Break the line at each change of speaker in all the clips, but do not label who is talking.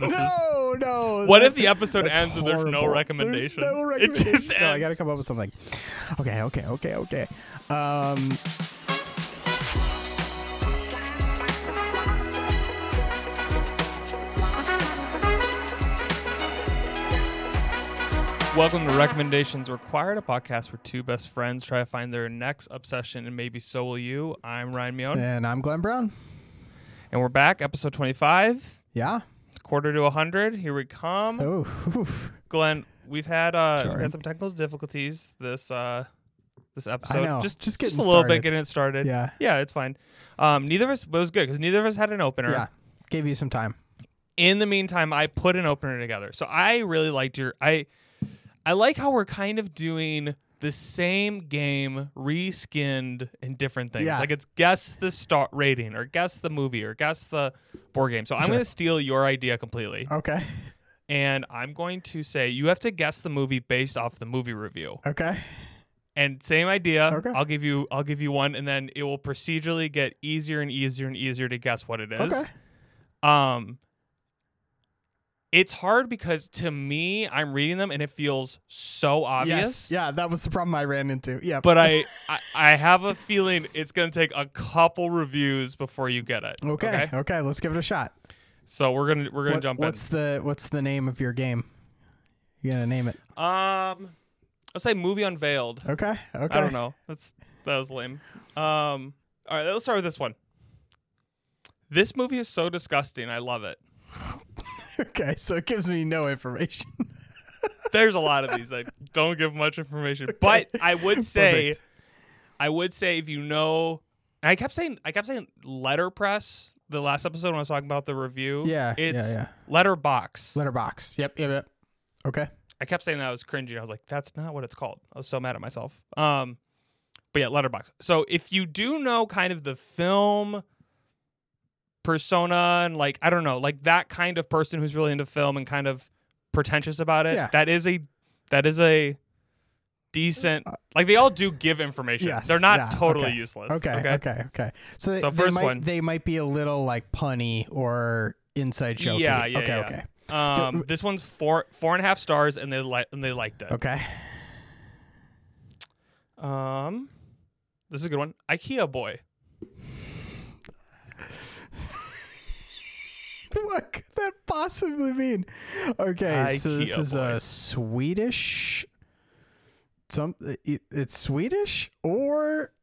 This is-
no, no.
what
that-
if the episode
that's
ends and there's
horrible.
no recommendation?
There's no
It just
recommendation.
ends.
No, I gotta come up with something. Okay, okay, okay, okay. Um,
Welcome to Recommendations Required, a podcast where two best friends try to find their next obsession, and maybe so will you. I'm Ryan Mion,
and I'm Glenn Brown.
and we're back, episode 25,
Yeah.
quarter to 100. Here we come.
Oh,
Mm-hmm.
whew.
Glenn, we've had uh, we've
Sorry.
had some technical difficulties this uh, this episode.
know.
Just
Just
just a
getting
little bit
started.
getting it started.
Yeah.
yeah, it's fine. Um, neither of us it was good because neither of us had an opener.
yeah. Gave you some time.
in the meantime, I put an opener together. So I really liked your I I like how we're kind of doing the same game reskinned and different things.
Yeah.
Like it's guess the star rating or guess the movie or guess the board game. So I'm
Sure.
going to steal your idea completely
Okay.
and I'm going to say you have to guess the movie based off the movie review.
Okay.
And same idea.
Okay.
I'll give you I'll give you one and then it will procedurally get easier and easier and easier to guess what it is.
Okay.
Um it's hard because to me I'm reading them and it feels so
Yes.
obvious.
Yeah, that was the problem I ran into. Yeah.
But I, I I have a feeling it's going to take a couple reviews before you get it.
okay. okay. Let's give it a shot.
So we're going to we're going to
What-
jump
what's the What's the name of your game? You gonna name it?
in. Um I'll say movie unveiled.
Okay. Okay.
I don't know. That's that was lame. Um all right, let's start with this one. This movie is so disgusting. I love it.
Okay. So it gives me no information.
There's a lot of these that don't give much information. But I would say
Perfect.
I would say if you know and I kept saying I kept saying letterpress the last episode when I was talking about the review.
Yeah, yeah,
It's
yeah.
letterbox.
Letterbox. Yep. Yep. Yep. Okay.
I kept saying that I was cringy. I was like, that's not what it's called. I was so mad at myself. Um but yeah, letterbox. So if you do know kind of the film persona and like I don't know, like that kind of person who's really into film and kind of pretentious about it,
Yeah.
that is a that is a decent like they all do give information.
Uh, Yes,
They're not
yeah,
totally
okay,
useless.
Okay, okay, okay, So, they,
So
they
first
might,
one.
they might be a little like punny or inside joke.
Yeah, yeah,
Okay,
yeah.
okay,
Um, this one's four four and a half stars, and they like and they liked it.
okay.
Um, this is a good one. IKEA boy.
What could that possibly mean? Okay, so this
IKEA
is
boy.
a Swedish. Some it- it's Swedish or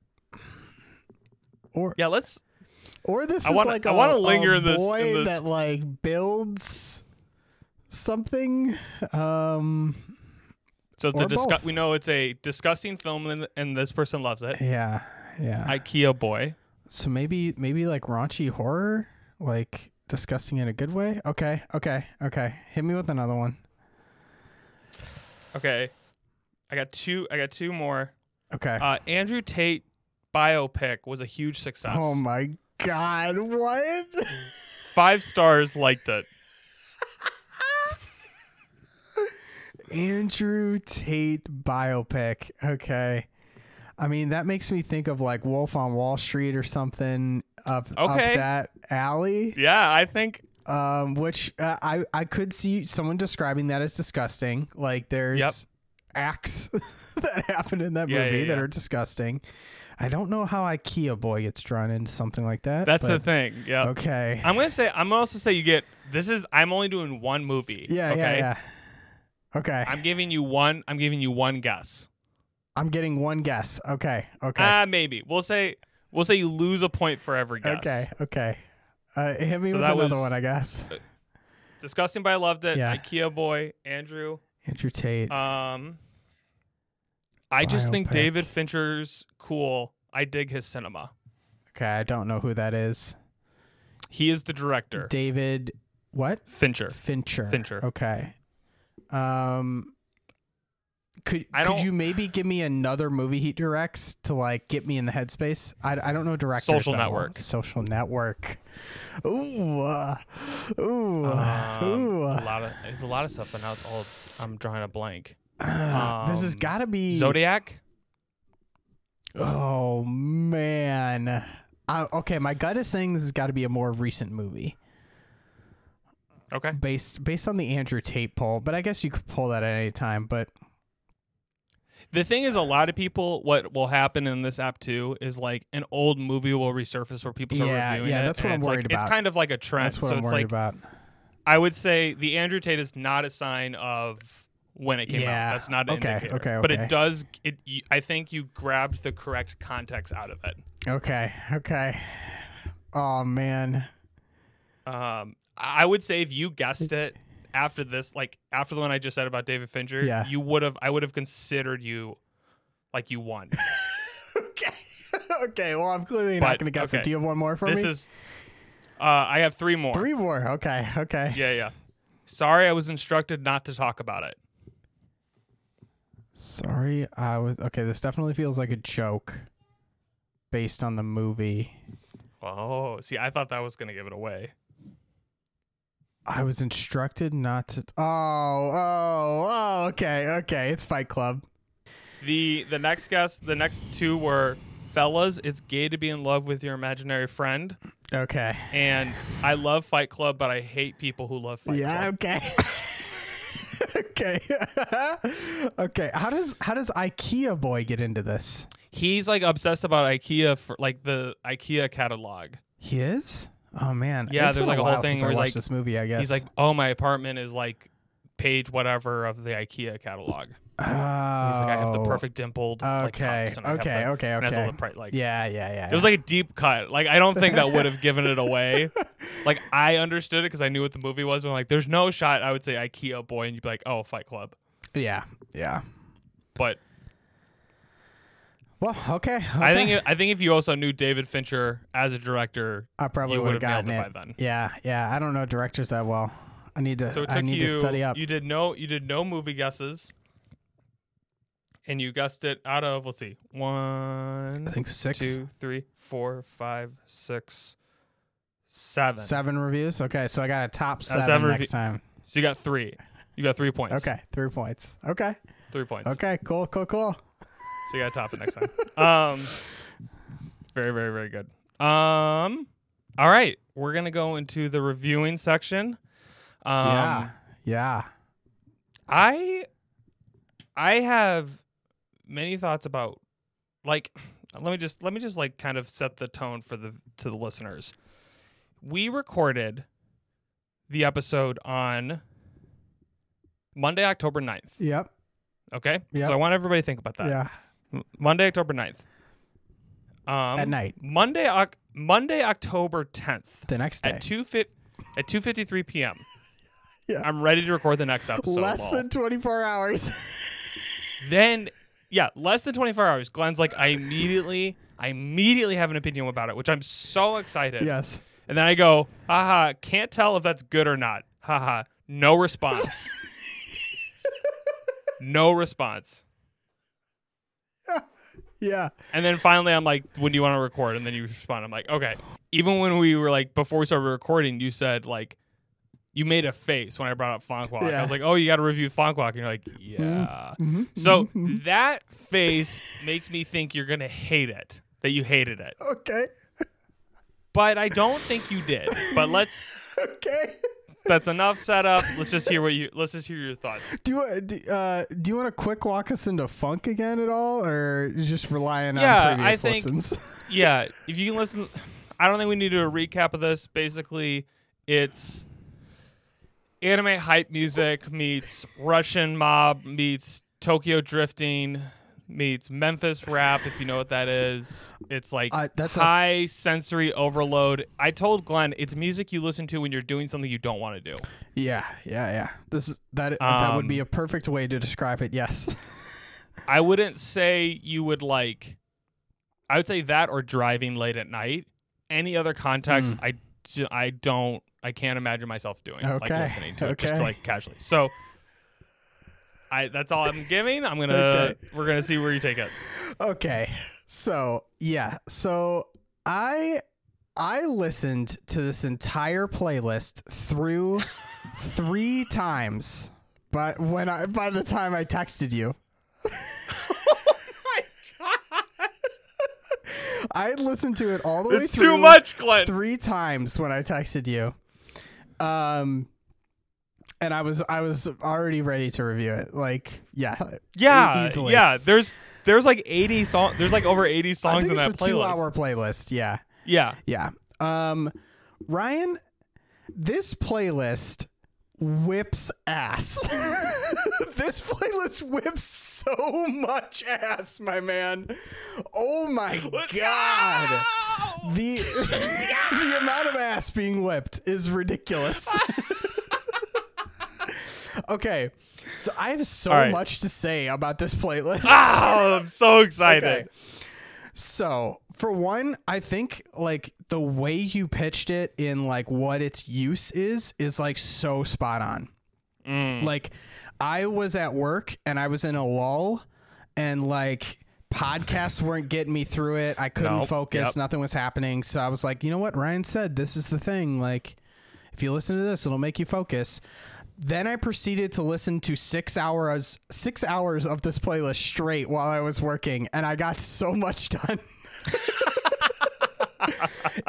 or
Yeah, let's.
or this
I
is
wanna-
like
I
a
wanna linger
a
in this- in
boy
this-
that like builds something. Um,
So it's
Or
a disgu-
both.
We know it's a disgusting film, and, and this person loves it.
yeah, yeah.
IKEA boy.
So maybe maybe like raunchy horror, like disgusting in a good way. Okay, okay, okay. Hit me with another one.
Okay, I got two. I got two more.
Okay.
Uh, Andrew Tate biopic was a huge success.
oh my god, what?
Five stars liked it.
Andrew Tate biopic. Okay. I mean, that makes me think of like Wolf on Wall Street or something up up
Okay.
that alley.
Yeah, I think.
um, which uh, I I could see someone describing that as disgusting. Like there's
Yep.
acts that happen in that
Yeah,
movie
yeah,
that
yeah.
are disgusting. I don't know how IKEA boy gets drawn into something like that.
That's the
but
thing. Yeah.
Okay.
I'm gonna say. I'm gonna also say you get. This is. I'm only doing one movie.
yeah,
Okay.
yeah, yeah. Okay. I'm,
I'm giving you one. I'm giving you one guess.
getting one guess. Okay. Okay.
Ah, maybe we'll say we'll say you lose a point for every guess.
Okay. Okay. Uh, hit me
So
with
that
another
was- Uh,
one, I guess.
Disgusting, but I loved it.
Yeah.
IKEA boy, Andrew.
Andrew Tate.
Um, I just think
Biopic.
David Fincher's cool. I dig his cinema.
okay, I don't know who that is.
He is the director.
David, what?
Fincher.
Fincher.
Fincher.
Okay. Um could
I
could
don't-
you maybe give me another movie he directs to like get me in the headspace? I, I don't know directors.
Social
that well.
Network.
Social network. Ooh. uh, ooh. uh,
Um,
ooh.
a
uh,
lot of it's a lot of stuff, but now it's all I'm drawing a blank.
this has
um,
got to be
Zodiac.
Oh man. I, okay, my gut is saying this has got to be a more recent movie.
Okay.
based based on the Andrew Tate poll, but I guess you could pull that at any time. But
The thing is, a lot of people, what will happen in this app too is like an old movie will resurface where people start
Yeah,
reviewing
yeah,
it,
that's what
and
I'm
it's like-
worried about.
It's kind of like a trend.
that's what
so
I'm
it's
worried
like
about.
I would say the Andrew Tate is not a sign of when it came
Yeah.
out. That's not an
Okay,
indicator.
okay,
But
okay.
it does. It. y- I think you grabbed the correct context out of it.
Okay, okay. Oh man,
Um, I would say if you guessed it after this, like after the one I just said about David Fincher,
Yeah.
you would have. I would have considered you, like you won.
okay, okay. Well, I'm clearly not
But,
going to guess it.
okay.
Do you have one more for
this
me?
is. Uh, I have three more.
Three more. Okay, okay.
Yeah, yeah. Sorry, I was instructed not to talk about it.
Sorry, I was okay. This definitely feels like a joke, based on the movie.
Oh, see, I thought that was gonna give it away.
I was instructed not to. Oh, oh, oh. Okay, okay. It's Fight Club.
The the next guess, the next two were fellas, it's gay to be in love with your imaginary friend.
Okay.
And I love Fight Club, but I hate people who love Fight
yeah.
Club.
Okay. okay. okay. How does how does IKEA boy get into this?
He's like obsessed about IKEA for like the IKEA catalog.
He is. Oh man.
Yeah,
It's
there's
been
like a whole
while
thing
since
where
I
he's
watched
like-
this movie. I guess
He's like, Oh, my apartment is like page whatever of the IKEA catalog.
oh,
He's like, I have the perfect dimpled like,
Okay.
cups, and I have
okay.
the-
okay.
and it has all
Okay.
the pri- like
Yeah. Yeah. Yeah.
It was like a deep cut. Like I don't think that would have given it away. Like I understood it because I knew what the movie was. But I'm like, there's no shot. I would say IKEA boy, and you'd be like, oh, Fight Club.
yeah. Yeah.
But
Well, okay.
I
okay.
think I think if you also knew David Fincher as a director,
I probably
you
would have
would've nailed
gotten
it
it
by then.
Yeah, yeah. I don't know directors that well. I need to.
so it took
I need
you.
to study up.
You did no. You did no movie guesses, and you guessed it out of let's see,
I
one,
think six,
two, three, four, five, six, seven.
seven reviews. Okay, so I got a top seven,
seven
next
revi-
time.
So you got three. You got three points.
Okay, three points. Okay,
Three points.
okay, cool, cool, cool.
So you gotta top it next time. Um, very, very, very good. Um, all right, we're gonna go into the reviewing section. Um,
yeah, yeah.
I, I have many thoughts about, like, let me just let me just like kind of set the tone for the to the listeners. We recorded the episode on Monday, October 9th.
Yep.
Okay,
Yep.
so I want everybody to think about that.
Yeah.
M- Monday, October 9th. Um,
At night.
Monday, Oc- Monday, October 10th
The next day.
at two fi- at 2:53 p.m.
Yeah.
I'm ready to record the next episode.
Less
lol.
than twenty four hours.
then yeah, less than 24 hours. Glenn's like I immediately I immediately have an opinion about it, which I'm so excited.
yes.
And then I go, haha, can't tell if that's good or not. Haha, no response. no response.
Yeah.
And then finally, I'm like, when do you want to record? And then you respond. I'm like, okay. Even when we were like, before we started recording, you said, like, you made a face when I brought up Fonkwalk.
Yeah.
I was like, oh, you got to review Fonkwalk. And you're like, yeah. So that face makes me think you're going to hate it, that you hated it.
Okay.
But I don't think you did. But let's,
Okay.
that's enough setup. Let's just hear what you, let's just hear your thoughts.
Do you do, uh, do you want to quick walk us into funk again at all, or just relying
Yeah, I
on previous
think-
listens?
yeah, if you can listen, I don't think we need to do a recap of this. Basically, it's anime hype music meets Russian mob meets Tokyo drifting meets Memphis rap. If you know what that is, it's like
Uh, that's a-
high sensory overload. I told Glenn it's music you listen to when you're doing something you don't want to do.
Yeah, yeah, yeah. This is that. that would
Um,
be a perfect way to describe it. Yes.
I wouldn't say you would like. I would say that or driving late at night. Any other context,
Hmm.
I j- I don't. I can't imagine myself doing like
Okay.
listening to it just
Okay.
like casually. So, I that's all I'm giving. I'm gonna
Okay.
we're gonna see where you take it.
Okay. So yeah. So I I listened to this entire playlist through three times, but when I by the time I texted you. I had listened to it all the way
It's
through
too much, Glenn.
three times when I texted you. Um, and I was I was already ready to review it. Like, yeah, e-
Yeah,
easily.
yeah. There's there's like 80 song. There's like over 80
I
songs
think
in
it's
that
a
playlist.
two-hour playlist. Yeah,
Yeah,
yeah. Um, Ryan, this playlist whips ass. this playlist whips so much ass, my man. Oh my god. The the amount of ass being whipped is ridiculous. okay, so I have so
All right.
much to say about this playlist.
Oh, I'm so excited.
Okay. So, for one, I think like the way you pitched it in like what its use is is like so spot on.
Mm.
Like I was at work and I was in a lull and like podcasts weren't getting me through it. I couldn't
Nope.
focus,
Yep.
nothing was happening. So I was like, you know what Ryan said, this is the thing like if you listen to this, it'll make you focus. Then I proceeded to listen to six hours six hours of this playlist straight while I was working, and I got so much done.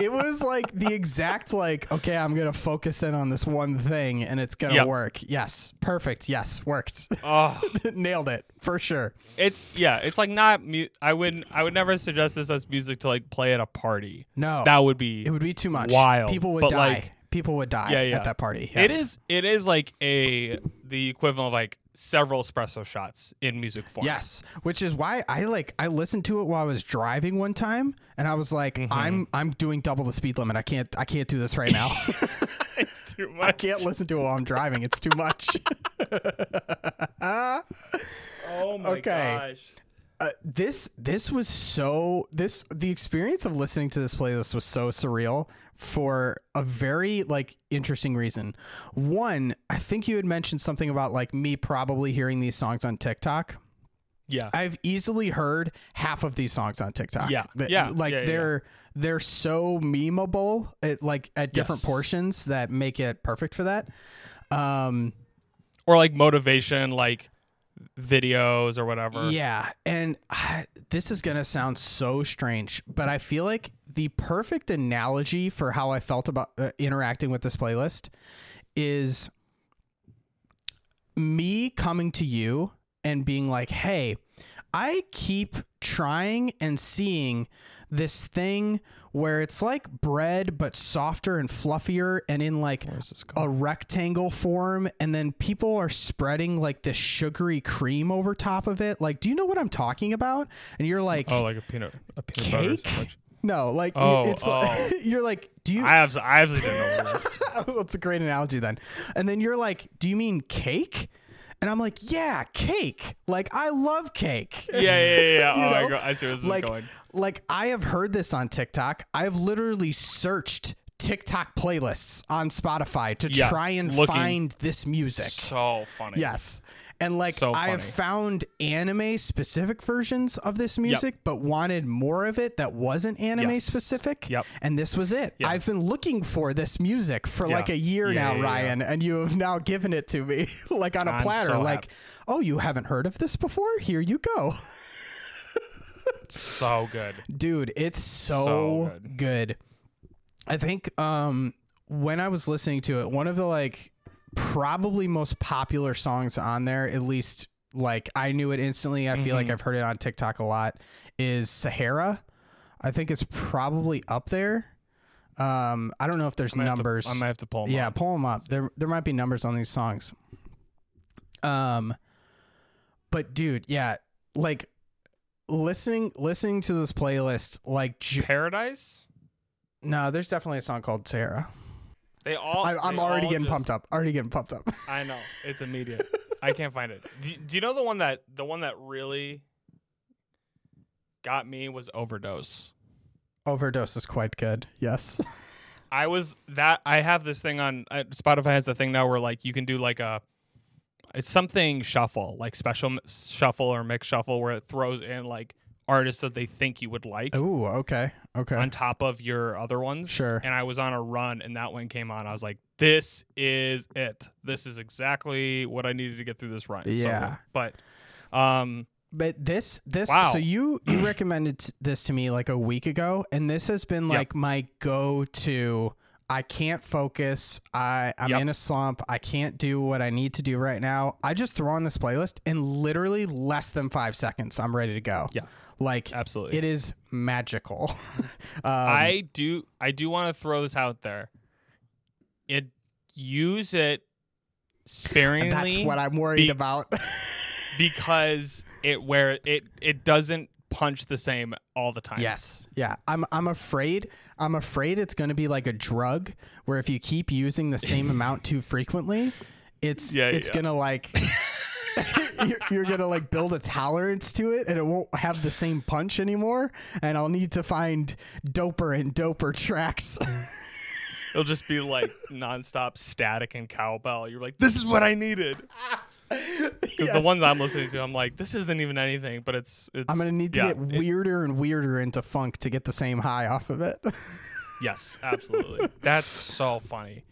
it was like the exact like, okay, I'm gonna focus in on this one thing and it's gonna
Yep.
work. Yes. Perfect. Yes, worked.
Oh,
Nailed it for sure.
it's yeah. It's like not. Mu- I would I would never suggest this as music to like play at a party.
No.
that would be
It would be too much.
Wild,
People would
but,
die.
like-
People would die
Yeah, yeah.
at that party.
It
Yes.
is. It is like a the equivalent of like several espresso shots in music form.
Yes, which is why I like I listened to it while I was driving one time, and I was like, I'm I'm doing double the speed limit. I can't I can't do this right now.
it's too
I
much.
can't listen to it while I'm driving. It's too much.
Oh my
Okay.
gosh.
uh, this this was so this the experience of listening to this playlist was so surreal for a very like interesting reason. One, I think you had mentioned something about like me probably hearing these songs on TikTok.
Yeah.
I've easily heard half of these songs on TikTok.
Yeah.
Th-
Yeah.
Like
Yeah, yeah,
they're they're so memeable at like at different
Yes.
portions that make it perfect for that. Um
or like motivation, like videos or whatever.
yeah, and I, this is going to sound so strange, but I feel like the perfect analogy for how I felt about uh, interacting with this playlist is me coming to you and being like, hey, I keep trying and seeing this thing where it's like bread, but softer and fluffier, and in like a rectangle form. And then people are spreading like this sugary cream over top of it. Like, do you know what I'm talking about? And you're like,
Oh, like a peanut, a peanut butter
cake?
sandwich.
No, like,
Oh,
it's,
oh.
you're like, do you,
I have, I absolutely didn't know. this.
well, it's a great analogy then. And then you're like, "Do you mean cake?" And I'm like, "Yeah, cake. Like I love cake."
Yeah, yeah, yeah. yeah.
You
oh,
know?
I, go, I see where this
like,
is going.
like I have heard this on TikTok. I've literally searched TikTok playlists on Spotify to
Yeah,
try and
looking-
find this music.
So funny.
Yes. And like
So
I have
funny.
found anime specific versions of this music, but wanted more of it that wasn't anime
Yes.
specific.
Yep.
And this was it.
Yeah.
I've been looking for this music for like a year
Yeah,
now,
yeah, yeah.
Ryan, and you have now given it to me like on a
I'm
platter.
so
like,
happy.
oh, you haven't heard of this before? Here you go.
So good.
Dude, it's so,
So
good. I think um when I was listening to it, one of the like probably most popular songs on there, at least like I knew it instantly. I feel like
Mm-hmm.
I've heard it on TikTok a lot is Sahara. I think it's probably up there. Um I don't know if there's
I might have to-
numbers.
I might have to pull. 'em
yeah,
up.
pull them up. There there might be numbers on these songs. Um but dude, yeah, like listening listening to this playlist like j-
Paradise.
no, there's definitely a song called Sarah.
They all.
I, I'm
they
already
all
getting
just-
pumped up. Already getting pumped up.
I know it's immediate. I can't find it. Do, do you know the one that the one that really got me was overdose.
Overdose is quite good. Yes.
I was that I have this thing on uh, Spotify has the thing now where like you can do like a it's something shuffle like special m- shuffle or mix shuffle where it throws in like artists that they think you would like
Ooh. Okay. Okay.
on top of your other ones.
Sure.
And I was on a run and that one came on. I was like, this is it. This is exactly what I needed to get through this run. It's so
Yeah.
good. but um
but this this
Wow.
so you you recommended t- this to me like a week ago, and this has been
Yep.
like my go to. I can't focus. I, I'm
Yep.
in a slump. I can't do what I need to do right now. I just throw on this playlist and literally less than five seconds, I'm ready to go.
Yeah.
Like
Absolutely.
it um, is magical. um,
I do I do want to throw this out there. It use it sparingly
that's what I'm worried
be-
about.
because it where it it doesn't punch the same all the time.
Yes. Yeah. I'm I'm afraid I'm afraid it's going to be like a drug where if you keep using the same amount too frequently, it's
Yeah,
it's
yeah.
going to like you're, you're going to like build a tolerance to it and it won't have the same punch anymore and I'll need to find doper and doper tracks.
It'll just be like nonstop static and cowbell. You're like, this is what I needed. Because the
Yes.
ones I'm listening to, I'm like, this isn't even anything, but it's it's
I'm going to need to
yeah,
get
it-
weirder and weirder into funk to get the same high off of it.
Yes, absolutely. That's so funny.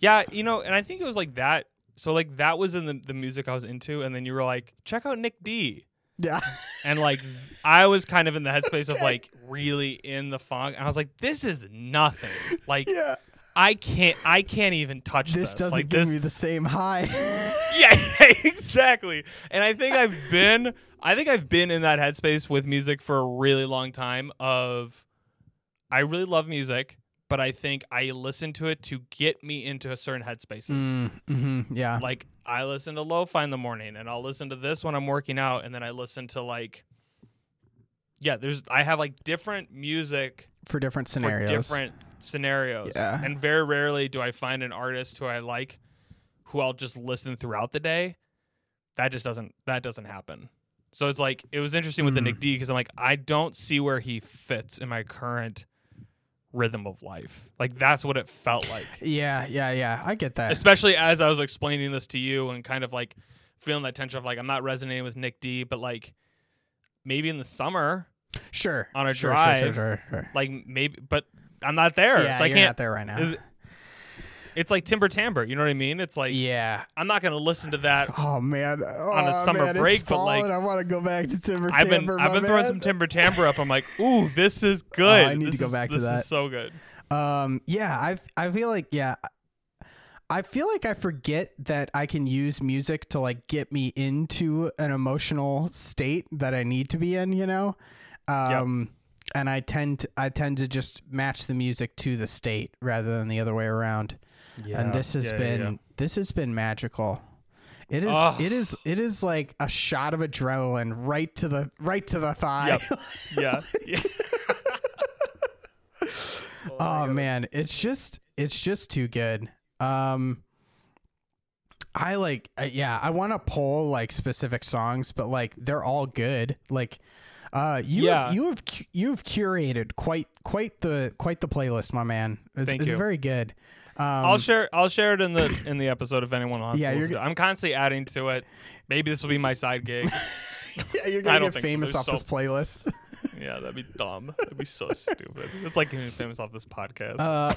Yeah, you know, and I think it was like that. So like that was in the, the music I was into, and then you were like, check out Nick D.
yeah.
And like I was kind of in the headspace of like really in the funk. And I was like, this is nothing. Like
Yeah.
I can't I can't even touch this.
This doesn't
like,
give
this,
me the same high.
yeah, yeah, exactly. And I think I've been I think I've been in that headspace with music for a really long time of I really love music, but I think I listen to it to get me into certain headspaces.
mm-hmm. Yeah.
Like I listen to lo-fi in the morning and I'll listen to this when I'm working out and then I listen to like yeah, there's I have like different music
for different scenarios.
for different scenarios.
Yeah.
And very rarely do I find an artist who I like who I'll just listen throughout the day. That just doesn't that doesn't happen. So it's like it was interesting with the
Hmm.
Nick D because I'm like I don't see where he fits in my current rhythm of life. Like that's what it felt like.
Yeah, yeah, yeah. I get that.
Especially as I was explaining this to you and kind of like feeling that tension of like I'm not resonating with Nick D, but like maybe in the summer,
sure.
on a
sure, Sure,
drive,
sure, sure, sure.
like maybe but I'm not there.
yeah,
so I
you're
can't
not there right now.
is- it's like timber timbre you know what i mean it's like
yeah.
i'm not gonna listen to that
Oh man. Oh,
summer
man,
break,
it's
but,
fall
like,
and I want to go back to Timber
i've been
Timber,
i've
my
been throwing
man.
some timber timbre up i'm like ooh this is good
Oh, I need to
This
go
is-
back to
this
that.
is so good
Um, yeah, I I feel like yeah, I feel like I forget that I can use music to like get me into an emotional state that I need to be in. You know, um, and I tend to, I tend to just match the music to the state rather than the other way around. and this has been this has been magical. It is
Ugh.
it is it is like a shot of adrenaline right to the right to the thigh. Oh,
yeah, yeah. my
oh
God.
man, it's just it's just too good. Um I like uh, yeah, I want to pull like specific songs, but like they're all good. Like uh you
Yeah.
you have cu- you've curated quite quite the quite the playlist, my man. It's,
Thank
it's
you.
very good. Um
i'll share i'll share it in the in the episode if anyone wants
Yeah,
to
you're
listen to it. i'm constantly adding to it maybe this will be my side gig
yeah, you're going to
I don't
get
think so.
famous
There's
off
so-
this playlist.
yeah that'd be dumb that'd be so stupid it's like getting famous off this podcast
Uh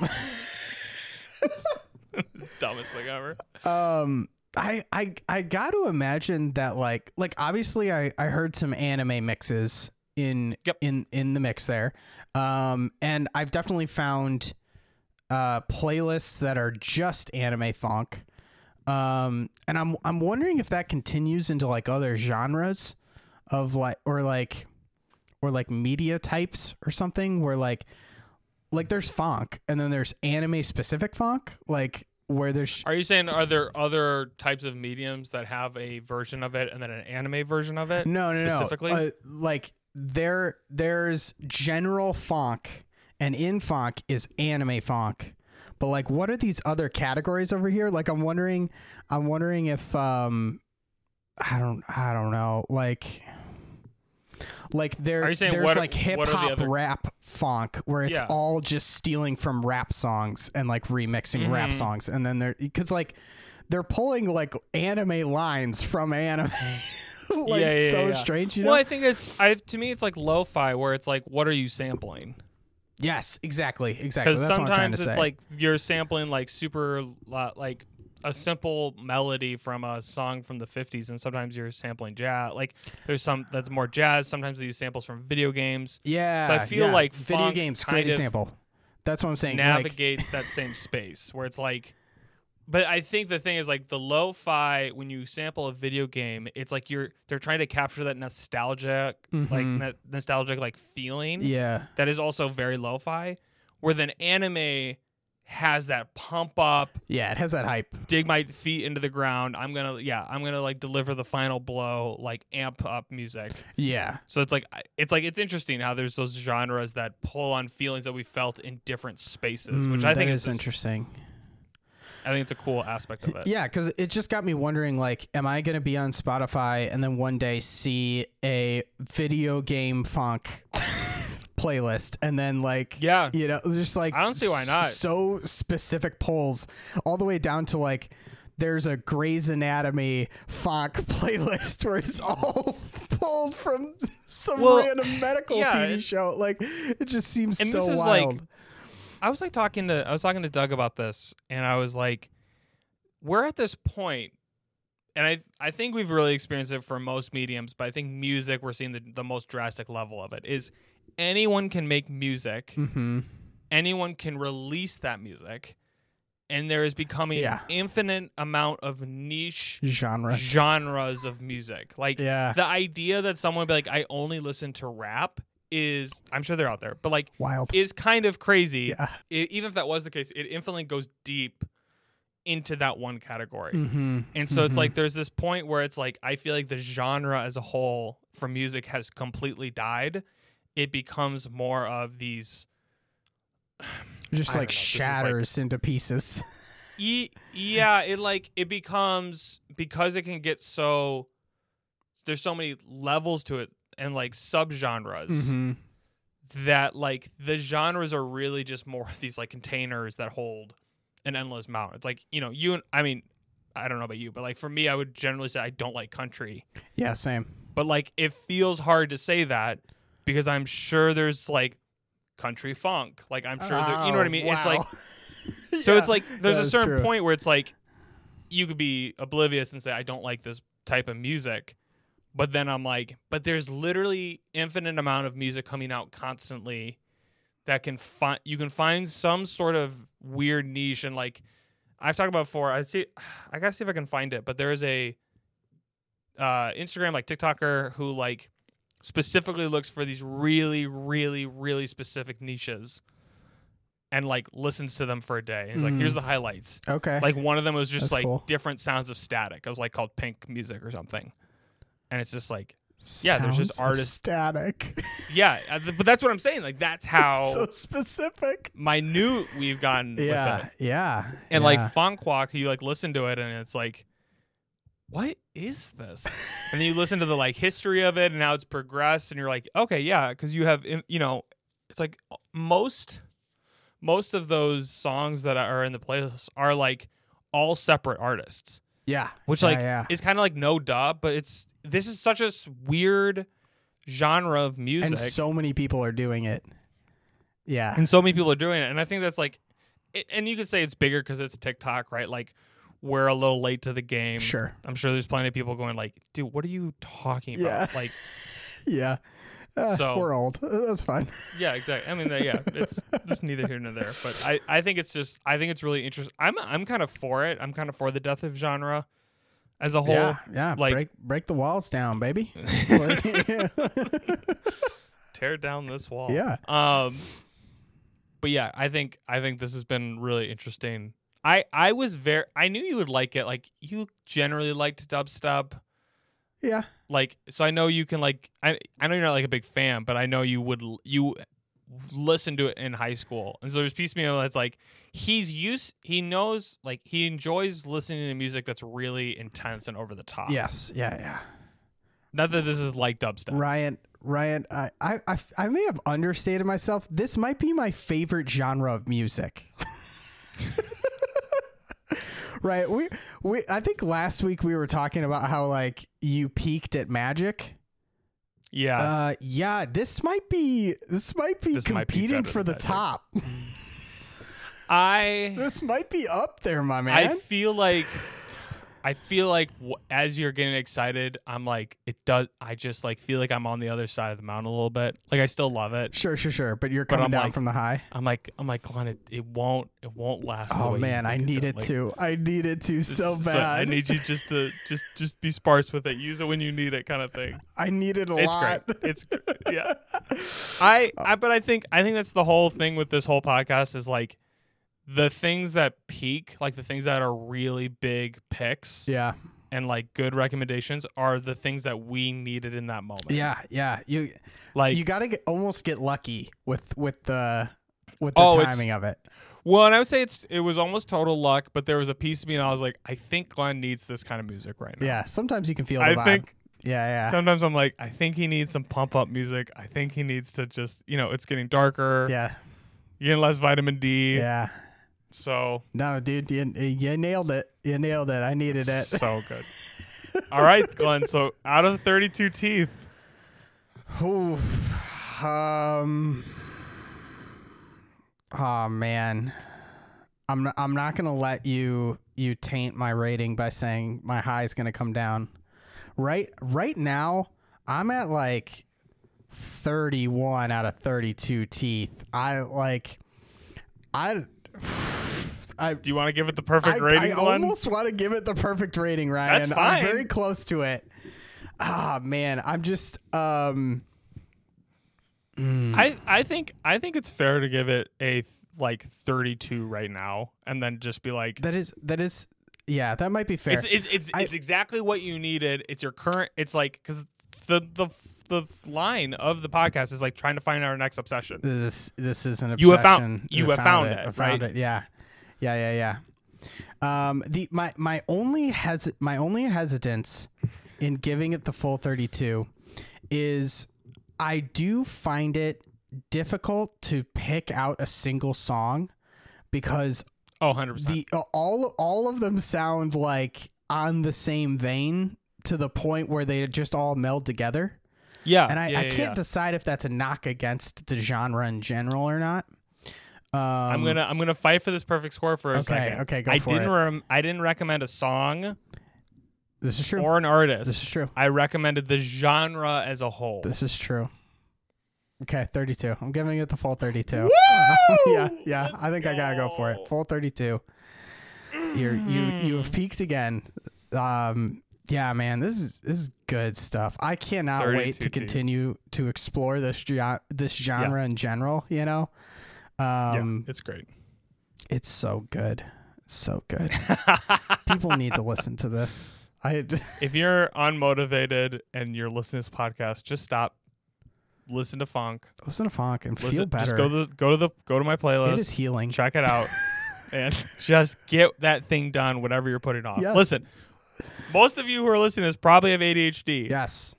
dumbest thing ever
um I, I I got to imagine that like like obviously I, I heard some anime mixes in
Yep.
in in the mix there, um and I've definitely found uh playlists that are just anime funk, um and I'm I'm wondering if that continues into like other genres of like or like or like media types or something where like like there's funk and then there's anime specific funk like where there's
Are you saying are there other types of mediums that have a version of it and then an anime version of it?
No, no,
specifically?
no. Uh, like there, there's general funk, and in funk is anime funk. But like, what are these other categories over here? Like, I'm wondering, I'm wondering if, um, I don't, I don't know. Like, like there,
Are you saying
there's
what-
like hip
what are the
hop
other-
rap funk where it's
Yeah.
all just stealing from rap songs and like remixing rap
Mhm.
songs, and then they're because like they're pulling like anime lines from anime. like
Yeah, yeah,
so
yeah.
strange, you know?
well, I think it's I to me it's like lo-fi where it's like what are you sampling?
yes, exactly, exactly.
Because
That's what I'm trying to
sometimes it's
say.
like you're sampling like super lo- like a simple melody from a song from the 50s and sometimes you're sampling jazz like there's some that's more jazz sometimes they use samples from video games
yeah,
so I feel
yeah.
like
video
funk
games.
kind
Great
of-
example. That's what I'm saying. Like,
navigates that same space where it's like but I think the thing is like the lo-fi when you sample a video game, it's like you're they're trying to capture that nostalgic like
Mhm.
that nostalgic like feeling
yeah.
that is also very lo-fi where then anime has that pump up
Yeah, it has that hype.
dig my feet into the ground. I'm gonna yeah, I'm gonna like deliver the final blow, like amp up music.
Yeah.
So it's like I- it's like it's interesting how there's those genres that pull on feelings that we felt in different spaces, which
Mm,
I
that
think
is
is interesting.
interesting.
I think it's a cool aspect of it.
Yeah, because it just got me wondering, like, am I going to be on Spotify and then one day see a video game funk playlist and then like,
Yeah.
you know, just like
I don't see why
s-
not.
So specific polls, all the way down to like. There's a Grey's Anatomy funk playlist where it's all pulled from some
Well,
random medical
yeah,
TV
it-
show. Like it just seems
And
so
this is like-
wild.
I was like talking to I was talking to Doug about this, and I was like, we're at this point, and I I think we've really experienced it for most mediums, but I think music we're seeing the, the most drastic level of it is anyone can make music.
mm-hmm.
anyone can release that music and there is becoming
Yeah.
an infinite amount of niche
Genre.
genres of music like
Yeah.
the idea that someone would be like i only listen to rap is i'm sure they're out there but like
Wild.
is kind of crazy
Yeah.
I- even if that was the case it infinitely goes deep into that one category
Mm-hmm.
and so it's like there's this point where it's like I feel like the genre as a whole for music has completely died. It becomes more of these I
just
don't
like
know, this is like-
shatters into pieces.
E- yeah, it like it becomes because it can get so there's so many levels to it and like subgenres
Mm-hmm.
that like the genres are really just more of these like containers that hold an endless amount. It's like, you know, you and I mean, I don't know about you, but like for me I would generally say I don't like country.
Yeah, same.
but like it feels hard to say that because I'm sure there's like country funk. Like I'm sure, there, you know what I mean. It's
Oh,
like so it's like there's
that
a
is
certain
true.
point where it's like you could be oblivious and say I don't like this type of music, but then I'm like, but there's literally infinite amount of music coming out constantly that can find you can find some sort of weird niche and like I've talked about before. I see, I gotta see if I can find it, but there is a uh, Instagram like TikToker who like specifically looks for these really, really, really specific niches and like listens to them for a day. And he's like,
Mm.
here's the highlights.
okay.
Like one of them was just
That's
like
cool.
different sounds of static. It was like called pink music or something. And it's just like, yeah, there's just
Sounds of
artists-
static.
yeah, uh, th- but that's what I'm saying. Like that's how
so specific.
minute we've gotten with
Yeah,
it.
yeah.
And
yeah.
like funk walk, you like listen to it and it's like, what is this? and then you listen to the like history of it and how it's progressed and you're like okay yeah because you have you know it's like uh, most most of those songs that are in the playlist are like all separate artists
yeah,
which
yeah,
like
yeah.
is kind of like no duh but it's this is such a s- weird genre of music
and so many people are doing it. Yeah,
and so many people are doing it and i think that's like it, and you could say it's bigger because it's tiktok right like we're a little late to the game
sure.
i'm sure there's plenty of people going like dude what are you talking about
Yeah.
like
Yeah. Uh,
So-
we're old. That's fine.
Yeah, exactly. I mean, that- yeah, it's it's neither here nor there. But I, I think it's just I think it's really interesting. I'm I'm kind of for it. I'm kind of for the death of genre as a whole.
yeah, yeah.
like-
break break the walls down, baby. Like, yeah.
Tear down this wall.
Yeah.
Um. But yeah, I think I think this has been really interesting. I I was very I knew you would like it. Like you generally liked dubstep.
yeah.
Like so I know you can like I I know you're not like a big fan, but I know you would l- you listened to it in high school. And so there's piece of me that's like he's used he knows like he enjoys listening to music that's really intense and over the top.
Yes. Yeah. Yeah.
Not that this is like dubstep.
Ryan, Ryan, I, I, I, I may have understated myself. This might be my favorite genre of music. right? We, we, I think last week we were talking about how like you peaked at magic.
Yeah.
Uh, yeah, this might be, this might be
This might be
competing
better
for
than
the
Magic.
top.
I
this might be up there, my
I
man.
feel like I feel like w- as you're getting excited, I'm like it does. I just like feel like I'm on the other side of the mountain a little bit. Like I still love it.
Sure, sure, sure. But you're coming
I'm
down
like-
from the high.
I'm like I'm like Glenn. It, it won't it won't last. the
Oh
way you
man, I
think
need
do-
it
like,
to. I need it to
it's-
so
it's
bad.
like, I need you just to just just be sparse with it. Use it when you need it, kind of thing.
I need it a
It's
lot. Oh.
great. It's gr- yeah. I, I but I think I think that's the whole thing with this whole podcast is like the things that peak, like the things that are really big picks
Yeah,
and like good recommendations are the things that we needed in that moment.
yeah, yeah. You
Like
you got to almost get lucky with with the with the
Oh, it's-
timing of it.
well, and I would say it's it was almost total luck, but there was a piece of me and I was like, I think Glenn needs this kind of music right now.
Yeah, sometimes you can feel. The
I
vibe.
think
Yeah, yeah,
sometimes I'm like, I think he needs some pump up music. I think he needs to just you know, it's getting darker.
yeah,
You're getting less vitamin D.
yeah.
So
No, dude, you, you nailed it. You nailed it. I needed it.
So good. All right, Glenn. So out of the 32 teeth,
Oof. Um. Oh man, I'm not, I'm not gonna let you you taint my rating by saying my high is gonna come down. Right right now, I'm at like 31 out of 32 teeth. I like I I
do you want to give it the perfect rating,
I, I
Glenn?
almost want to give it the perfect rating, Ryan.
fine.
I'm very close to it. Ah, man, I'm just um
I, I think I think it's fair to give it a like 32 right now, and then just be like,
that is that is yeah, that might be fair.
it's it's it's,
I-
it's exactly what you needed. It's your current. It's like because the the the line of the podcast is like trying to find our next obsession.
this this is an obsession.
You have found- you
I
have found it,
I found
right?
it. Yeah. Yeah, yeah, yeah. Um the my my only hes my only hesitance in giving it the full 32 is I do find it difficult to pick out a single song because
Oh, 100 percent.
the uh, all all of them sound like on the same vein to the point where they just all meld together
Yeah,
and i,
Uh, yeah,
I
yeah,
can't
yeah.
decide if that's a knock against the genre in general or not um
I'm gonna I'm gonna fight for this perfect score for a
Okay,
second.
okay, go
I
for
didn't
it.
rem- I didn't recommend a song
this is true
or an artist.
this is true
I recommended the genre as a whole.
this is true okay 32 i'm giving it the full 32
Woo!
yeah yeah
Let's
i think i gotta go for it
go. Mm.
full 32 you're you you have peaked again um yeah man this is this is good stuff i cannot wait
32,
to
G.
continue to explore this gen- this genre in general you know
Yeah,
um
it's great.
it's so good it's so good people need to listen to this i
If you're unmotivated and you're listening to this podcast, just stop, listen to funk,
listen to funk and
listen,
feel better
Just go to the, go to the go to my
it
playlist,
is healing
check it out, and just get that thing done. Whatever you're putting off.
Yes.
Listen, most of you who are listening to this probably have ADHD.
yes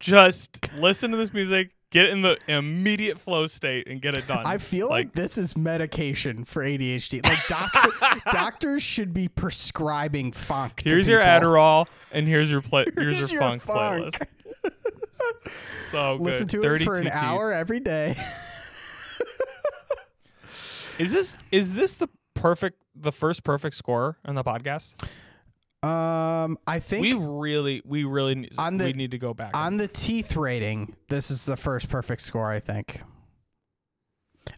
Just listen to this music, get in the immediate flow state, and get it done.
I feel like, this is medication for ADHD. Like doctor, doctors should be prescribing funk. to
Here's your
people.
Adderall, and here's your play. Here's,
Here's
your,
your
funk,
funk.
playlist. So good.
Listen to it
32
for an
teeth.
hour every day.
Is this is this the perfect the first perfect score on the podcast?
Um, I think
We really we really need,
On the-
we need to go back.
on the teeth rating, this is the first perfect score. I think.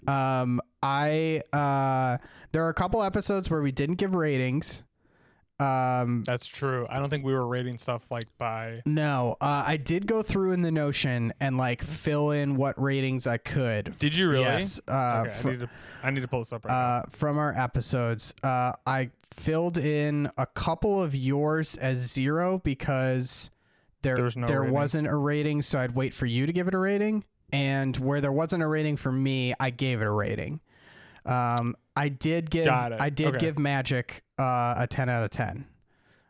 Um, I uh, there are a couple episodes where we didn't give ratings. Um,
That's true. I don't think we were rating stuff like by
no, uh, I did go through in the Notion and like fill in what ratings I could.
Did you really?
Yes. Uh,
Okay,
fr-
I need to I need to pull this up right now.
uh, from our episodes. Uh, I filled in a couple of yours as zero because there
There was no rating.
wasn't a rating, so I'd wait for you to give it a rating. And where there wasn't a rating for me, I gave it a rating. Um, I did give
Got it.
I did
Okay.
give Magic uh, a ten out of ten.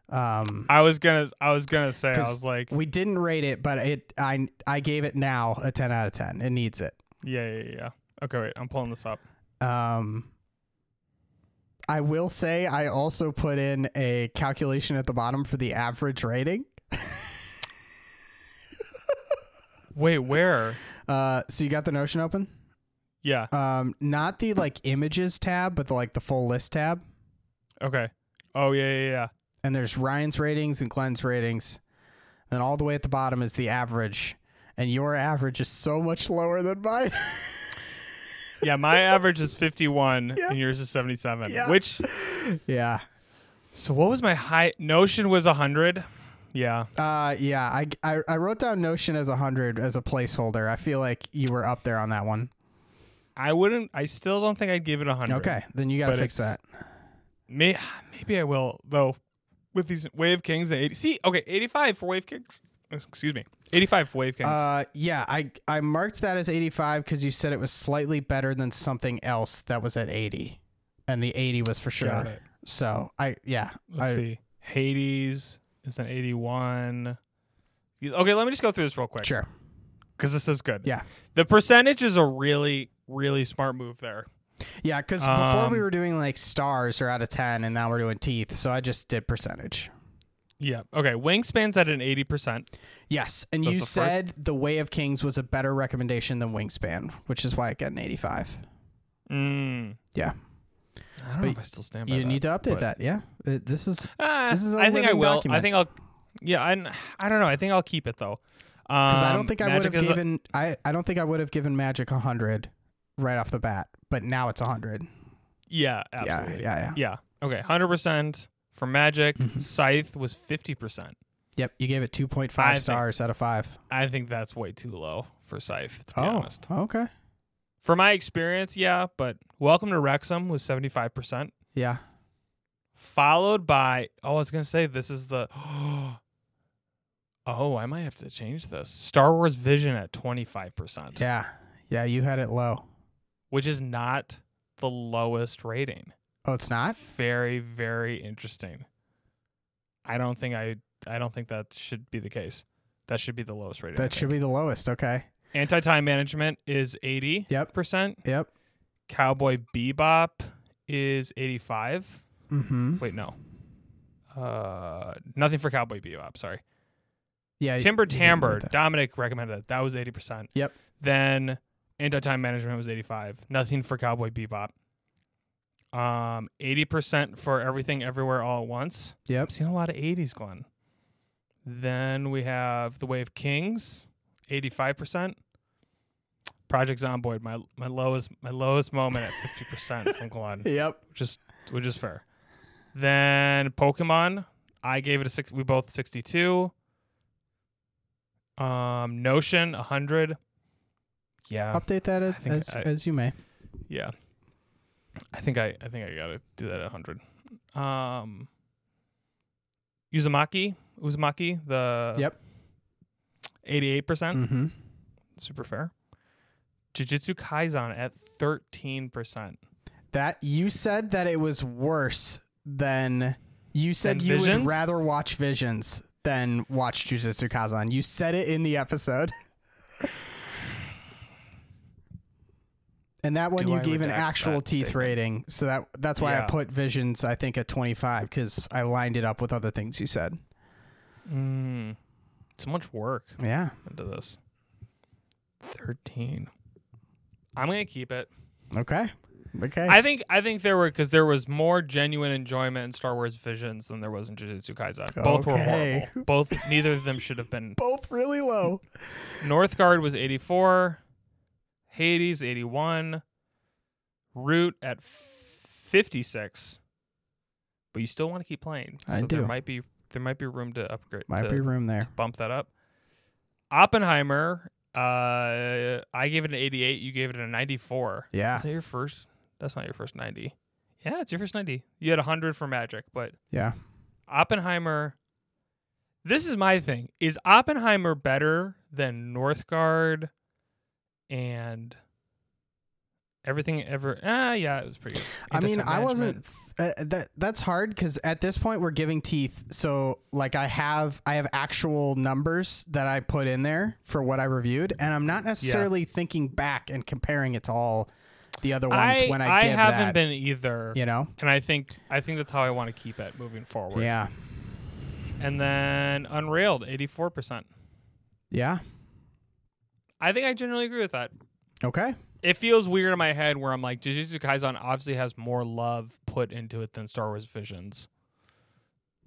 Um,
I was gonna I was gonna say I
'cause
was like
we didn't rate it, but it I I gave it now a ten out of ten. It needs it.
yeah yeah yeah. Okay wait I'm pulling this up.
Um, I will say I also put in a calculation at the bottom for the average rating.
Wait where?
Uh, so you got the Notion open?
Yeah.
Um, not the like images tab, but the, like the full list tab.
Okay. Oh yeah yeah yeah.
and there's Ryan's ratings and Glenn's ratings. And all the way at the bottom is the average. And your average is so much lower than mine.
Yeah, my average is 51
Yeah.
and yours is 77.
Yeah.
Which
yeah.
so what was my high Notion was 100. Yeah.
Uh, yeah. I, I, I wrote down Notion as 100 as a placeholder. I feel like you were up there on that one.
I wouldn't I still don't think I'd give it 100.
Okay. Then you got to
But
fix
it's-
that.
May, maybe I will though with these Wave Kings and 80. See, okay, 85 for Wave Kings. Excuse me. 85 for Wave Kings.
Uh, yeah, I I marked that as 85 because you said it was slightly better than something else that was at 80, and the 80 was for
Got
sure.
it.
So I yeah,
Let's
I-
see. Hades is an 81. You- Okay, let me just go through this real quick
sure,
because this is good.
Yeah.
The percentage is a really, really smart move there.
yeah, because before
Um,
we were doing like stars or out of 10, and now we're doing teeth. So I just did percentage.
Yeah. Okay. Wingspan's at an 80%.
Yes, and
That's
you
the first-
said the Way of Kings was a better recommendation than Wingspan, which is why it got an 85.
Mm.
Yeah,
I don't
But
know if I still stand by
you
that,
need to update
but-
that. Yeah, Uh, this is
Ah,
This is a
I think I
living
will. I
document.
think I'll. Yeah. I, I don't know. I think I'll keep it though.
because I
Um,
don't think I would
Magic
have
is a-
given I I I don't think I would have given Magic hundred right off the bat, but now it's hundred.
Yeah,
Yeah,
absolutely.
yeah, yeah.
yeah. Okay, hundred percent for Magic.
Mhm.
Scythe was fifty percent.
Yep, you gave it two point
I
five
think-
stars out of five.
I think that's way too low for Scythe. To be
Oh.
honest,
okay,
for my experience, yeah. But Welcome to Wrexham was seventy five percent,
yeah.
followed by. Oh, I was gonna say this is the. Oh, I might have to change this. Star Wars Vision at twenty five percent,
Yeah. Yeah, you had it low.
which is not the lowest rating.
Oh, it's not?
Very, very interesting. I don't think I. I don't think that should be the case. That should be the lowest rating.
That should be the lowest. Okay.
Anti time management is eighty
Yep.
percent.
Yep.
Cowboy Bebop is eighty five.
Mm-hmm.
Wait, no. Uh, nothing for Cowboy Bebop. Sorry.
Yeah. you-
Timber
you didn't
Tamber.
read that.
Dominic recommended that. That was eighty percent.
Yep.
Then anti time management was eighty five. Nothing for Cowboy Bebop. Um, eighty percent for everything, everywhere, all at once.
Yep.
I've seen a lot of 80s, Glenn. Then we have The Way of Kings, 85%. Project Zomboid, my my lowest my lowest moment at 50% from Glenn,
Yep.
which is which is fair. Then Pokemon, I gave it a six. We both 62. Um, Notion, 100. Yeah,
Update that as
think
as,
I-
as you may.
yeah. I think I I think I gotta do that at hundred. Um Uzumaki, Uzumaki, the
Yep.
eighty eight percent,
Mm-hmm.
super fair. Jujutsu Kaisen at thirteen percent.
That you said that it was worse than you said
Than
you
Visions?
would rather watch Visions than watch Jujutsu Kaisen. You said it in the episode. And that one
Do
you
I
gave an
redact
actual
that
teeth
statement?
rating, so that that's why
Yeah.
I put Visions I think at 25 cuz I lined it up with other things you said.
Mm. So much work
Yeah.
into this. Thirteen. I'm gonna keep it.
Okay. Okay.
I think I think there were because there was more genuine enjoyment in Star Wars Visions than there was in Jujutsu Kaisen. Both were
Okay.
horrible. Both neither of them should have been
both really low.
Northgard was 84, Hades 81, Root at 56. But you still want to keep playing. So
I
there
do.
might be there might be room to upgrade
Might
to,
be room there.
bump that up. Oppenheimer, uh I gave it an 88, you gave it a 94.
Yeah.
Is that your first? That's not your first 90. Yeah, it's your first 90. You had 100 for Magic, but
Yeah.
Oppenheimer. This is my thing. Is Oppenheimer better than Northgard and everything ever? Ah, yeah, it was pretty good.
I mean, I
Anti-Time
wasn't
Management.
uh, that that's hard because at this point we're giving teeth. So like I have I have actual numbers that I put in there for what I reviewed, and I'm not necessarily thinking back and comparing it to all the other ones
I,
when I,
I
give
haven't
that.
been either,
you know,
and I think I think that's how I want to keep it moving forward.
yeah,
And then Unrailed, eighty four percent.
yeah,
I think I generally agree with that.
okay,
It feels weird in my head where I'm like, Jujutsu Kaisen obviously has more love put into it than Star Wars Visions.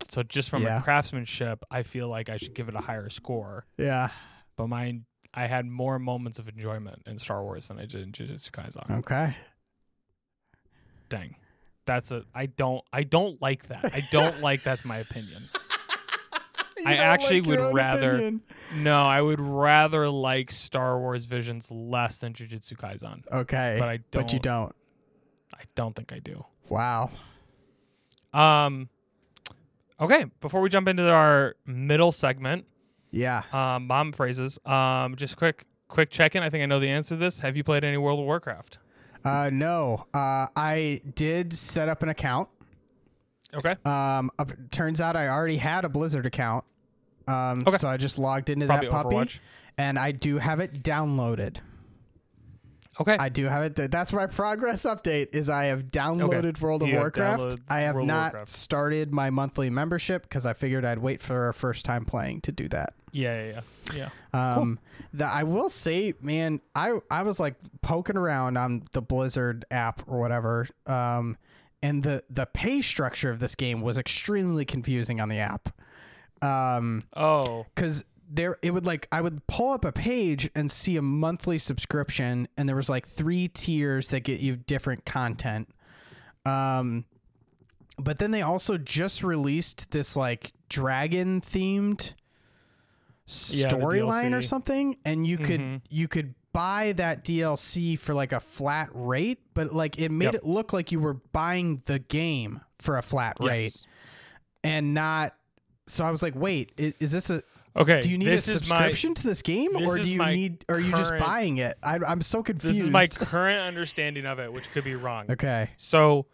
So just from
Yeah.
a craftsmanship, I feel like I should give it a higher score.
Yeah.
But mine, I had more moments of enjoyment in Star Wars than I did in Jujutsu Kaisen.
Okay.
Dang, that's a I don't I don't like that. I don't like that's my opinion.
You
I
don't
actually
like
would
your own
rather-
opinion.
No, I would rather like Star Wars Visions less than Jujutsu Kaisen,
Okay.
but I don't.
But you don't.
I don't think I do.
Wow.
Um. Okay, before we jump into our middle segment,
Yeah.
um, mom phrases. Um, just quick, quick check in. I think I know the answer to this. Have you played any World of Warcraft?
Uh, no. Uh, I did set up an account.
Okay.
Um, uh, turns out I already had a Blizzard account. Um,
Okay.
so I just logged into
Probably
that puppy,
Overwatch. Eh.
and I do have it downloaded.
Okay.
I do have it. th- That's my progress update. Is I have downloaded World of
You have
Warcraft.
downloaded
I have
World of
not
Warcraft.
started my monthly membership because I figured I'd wait for a first time playing to do that.
yeah, yeah, yeah, yeah.
Um, the, I will say, man, I I was like poking around on the Blizzard app or whatever, um, and the the pay structure of this game was extremely confusing on the app, um,
Oh,
because there it would like I would pull up a page and see a monthly subscription, and there was like three tiers that get you different content, um, but then they also just released this like dragon themed
Yeah, the
storyline or
DLC.
something and you could
Mhm.
you could buy that DLC for like a flat rate but like it made
Yep.
it look like you were buying the game for a flat rate
yes.
and not so I was like wait i- is this a
Okay.
do you need
this
a
is my-
subscription to this game
this
or
is
do you
my
need or are you just
current-
buying it I, I'm so confused
this is my current understanding of it, which could be wrong.
okay
So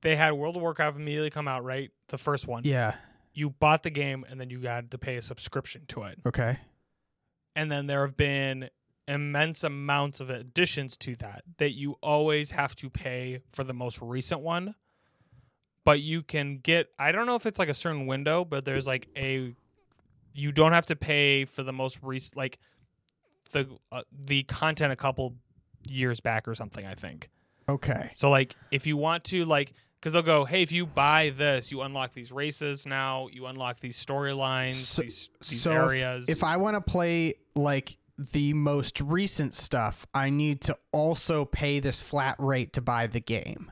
they had World of Warcraft immediately come out, right? The first one.
yeah
You bought the game and then you had to pay a subscription to it.
okay
And then there have been immense amounts of additions to that that you always have to pay for the most recent one. But you can get I don't know if it's like a certain window, but there's like a you don't have to pay for the most recent like the uh, the content a couple years back or something, I think.
okay
So like if you want to like because they'll go, hey, if you buy this, you unlock these races now, you unlock these storylines,
So-
these, these
so if-
areas.
if I want to play like the most recent stuff, I need to also pay this flat rate to buy the game.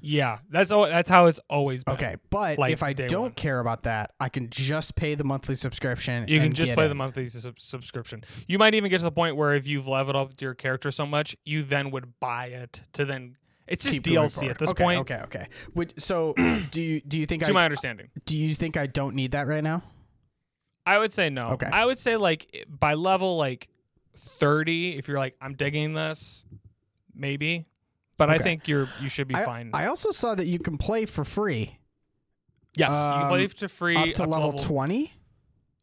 yeah, that's all. That's how it's always been.
Okay, but
Like
if I
day
don't
one.
care about that, I can just pay the monthly subscription.
You can
and
just
get
play
it.
the monthly sub- subscription. You might even get to the point where if you've leveled up your character so much, you then would buy it to then. It's just
Keep moving
DLC
forward.
at this
okay,
point,
Okay, okay. Would, so do you do you think I
to my understanding.
do you think I don't need that right now?
I would say no.
Okay.
I would say like by level like 30, if you're like I'm digging this, maybe. But I
Okay.
think you're you should be
I,
fine.
I also saw that you can play for free
yes, you
um,
can play to free
up to level twenty.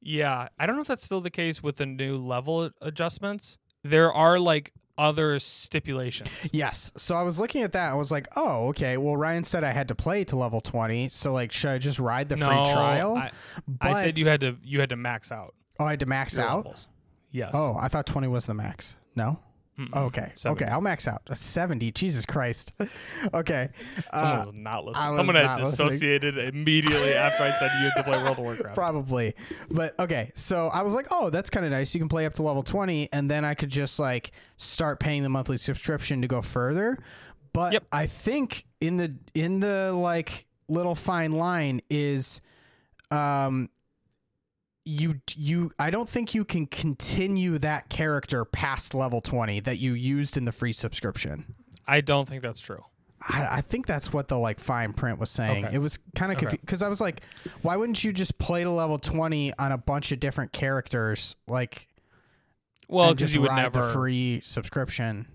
Yeah, I don't know if that's still the case with the new level adjustments. There are like other stipulations.
Yes. So I was looking at that. I was like, oh, okay. Well, Ryan said I had to play to level 20. So, like, should I just ride the
no,
free trial?
I,
but,
I said you had to you had to max out
Oh, I had to max
your
out?
levels. Yes.
Oh, I thought 20 was the max. No?
Mm-mm.
Okay.
70.
Okay. I'll max out. 70. Jesus Christ. okay.
Someone
Uh,
was not
I
listening.
was
Someone
not
had
listening.
dissociated immediately after I said you had to play World of Warcraft.
probably. But, okay. So I was like, oh, that's kind of nice. You can play up to level 20, and then I could just, like, start paying the monthly subscription to go further. But
Yep.
I think in the, in the, like, little fine line is, um, you you I don't think you can continue that character past level 20 that you used in the free subscription.
I don't think that's true.
I, I think that's what the like fine print was saying.
Okay.
It was kind of
Okay.
confused because I was like, why wouldn't you just play to level twenty on a bunch of different characters, like
Well,
and
because
just
you would
ride the
never,
free subscription?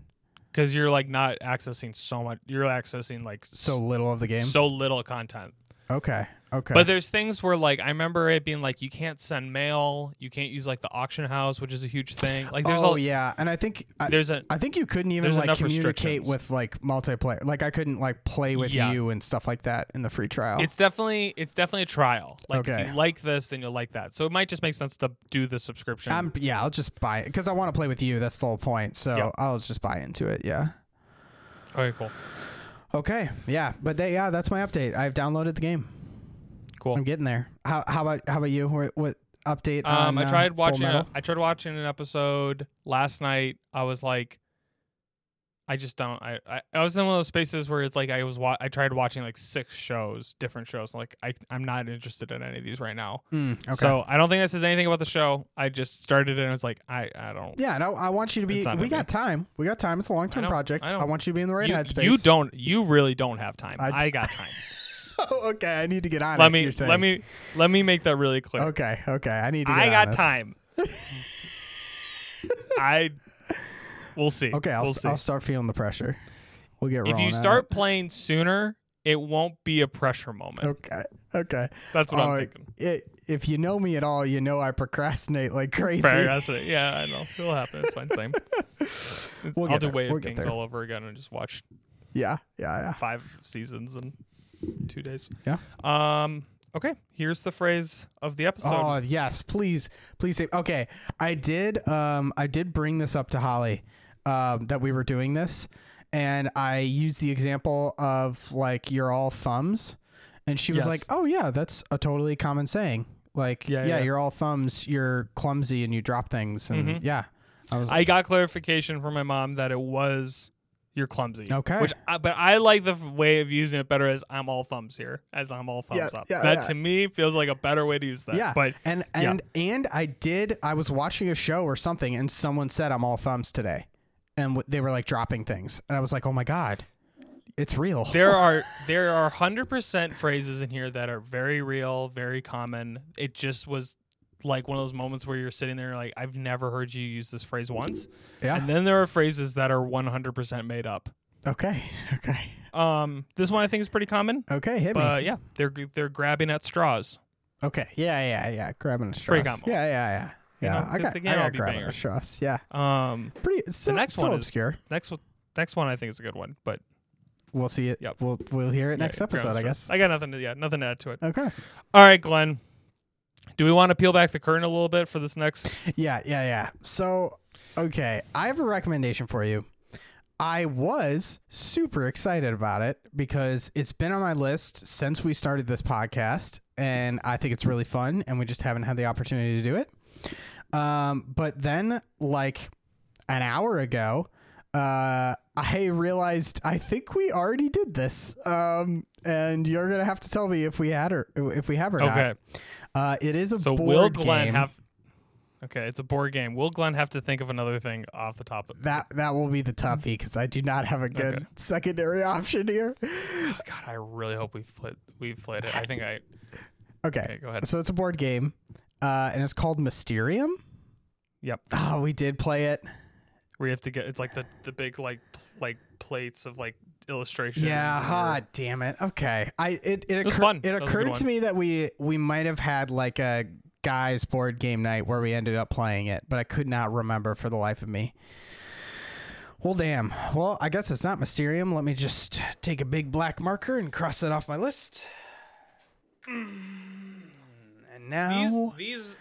because you're like not accessing so much. You're accessing like
So
so
little of the game.
so little content.
okay, okay,
But there's things where like I remember it being like you can't send mail, you can't use like the auction house, which is a huge thing. Like there's
oh
all
yeah, and I think I,
there's a
I think you couldn't even
there's
like
enough
communicate
restrictions.
with like multiplayer. Like I couldn't like play with
Yeah.
you and stuff like that in the free trial.
it's definitely it's definitely a trial. Like if
Oh. Okay.
you like this, then you'll like that. So it might just make sense to do the subscription.
I'm yeah, I'll just buy it because I want to play with you. That's the whole point. So
Yeah.
I'll just buy into it. Yeah.
okay, cool,
Okay. Yeah. But they, yeah, that's my update. I've downloaded the game.
Cool.
I'm getting there. How how about how about you? What, what update?
Um,
on,
I
uh,
tried
Full
watching.
Metal?
A, I tried watching an episode last night. I was like, I just don't. I, I, I was in one of those spaces where it's like I was. Wa- I tried watching like six shows, different shows. Like I, I'm not interested in any of these right now.
Mm, okay.
So I don't think that says anything about the show. I just started it and it's like I, I don't.
yeah, no, I want you to be.
It's not
We
gonna
got time. We got time. It's a long term
know,
project.
I
I,
know.
want you to be in the right
you,
headspace.
you don't. You really don't have time.
I-
I, got time.
oh, okay, I need to get on.
let
it,
me.
you're saying.
Let me. Let me make that really clear.
Okay, okay, I need to. Get
I
on this.
got time. I. We'll see.
Okay, I'll,
We'll
s-
see.
I'll start feeling the pressure. We'll get.
if
rolling
you
on it.
start playing sooner, it won't be a pressure moment.
Okay. Okay.
That's what
Oh,
I'm thinking.
It, if you know me at all, you know I procrastinate like crazy.
Fair, that's it. Yeah, I know. It'll happen. It's fine. Same.
We'll
I'll
get
do
there.
Way
We'll
of
get
Kings
there.
all over again and just watch
Yeah. Yeah. Yeah.
five seasons in two days.
Yeah.
Um. Okay. Here's the phrase of the episode.
oh yes, please, please save. Okay, I did. Um, I did bring this up to Holly, um, that we were doing this, and I used the example of like you're all thumbs, and she was
Yes.
like, "Oh yeah, that's a totally common saying. Like, yeah,
Yeah, yeah.
you're all thumbs. You're clumsy and you drop things, and
Mhm.
yeah." I was like,
I got clarification from my mom that it was you're clumsy.
Okay.
Which, I, but I like the f- way of using it better as I'm all thumbs here, as I'm all thumbs
Yeah,
up.
yeah,
that
yeah.
to me feels like a better way to use that.
Yeah.
But
and
yeah.
and and I did. I was watching a show or something, and someone said, "I'm all thumbs today," and w- they were like dropping things, and I was like, "Oh my god, it's real."
there are there are hundred percent phrases in here that are very real, very common. It just was like one of those moments where you're sitting there like I've never heard you use this phrase once.
Yeah.
And then there are phrases that are one hundred percent made up.
okay. Okay.
Um, this one I think is pretty common.
Okay. Hit me.
But yeah, they're g- they're grabbing at straws.
Okay. Yeah. Yeah. Yeah. Grabbing a straw.
Pretty
Yeah.
common.
Yeah. Yeah.
You
Yeah.
know,
I
they-
got.
they
I
can't all
got
be
grabbing a
bangers.
straw. Yeah.
Um,
Pretty. It's still,
next
still
one is-
obscure.
next one next one I think is a good one, but
We'll see it.
Yep.
We'll we'll hear it next
yeah, yeah,
episode. I guess.
I got nothing to yeah, nothing to add to it.
Okay.
All right, Glenn. Do we want to peel back the curtain a little bit for this next
Yeah, yeah, yeah. So, okay, I have a recommendation for you. I was super excited about it because it's been on my list since we started this podcast, and I think it's really fun, and we just haven't had the opportunity to do it. Um, but then, like an hour ago, uh, I realized I think we already did this, um, and you're gonna have to tell me if we had or if we have or not.
Okay.
Uh, it is a
So
board
will Glenn
game.
have Okay, it's a board game. Will Glenn have to think of another thing off the top of
that that will be the toughie because I do not have a good
Okay.
secondary option here.
Oh, God, I really hope we've played we've played it. I think I
Okay,
Okay, go ahead.
so it's a board game, uh, and it's called Mysterium.
Yep.
Oh, we did play it.
We have to get it's like the the big like p- like plates of like illustrations.
Yeah.
and
Ah,
your-
damn it. Okay. I it it,
was
occur-
fun.
it
That was a good
occurred to
one.
me that we we might have had like a guys board game night where we ended up playing it, but I could not remember for the life of me. Well, damn. Well, I guess it's not Mysterium. Let me just take a big black marker and cross it off my list. Mm, And now,
these these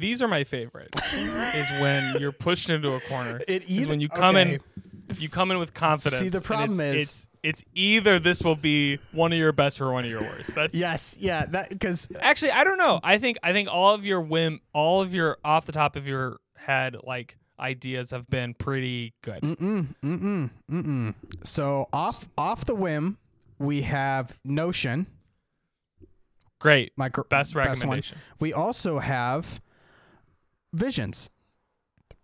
these are my favorite. is when you're pushed into a corner.
It
is
either-
when you come
okay.
in you come in with confidence.
See, the
and
problem
it's,
is-
it's it's either this will be one of your best or one of your worst. That's
yes, yeah, that because
actually I don't know. I think I think all of your whim, all of your off the top of your head like ideas have been pretty good.
Mm-mm, mm-mm, mm-mm. So off off the whim, we have Notion.
Great,
My gr-
best
one.
recommendation.
We also have Visions,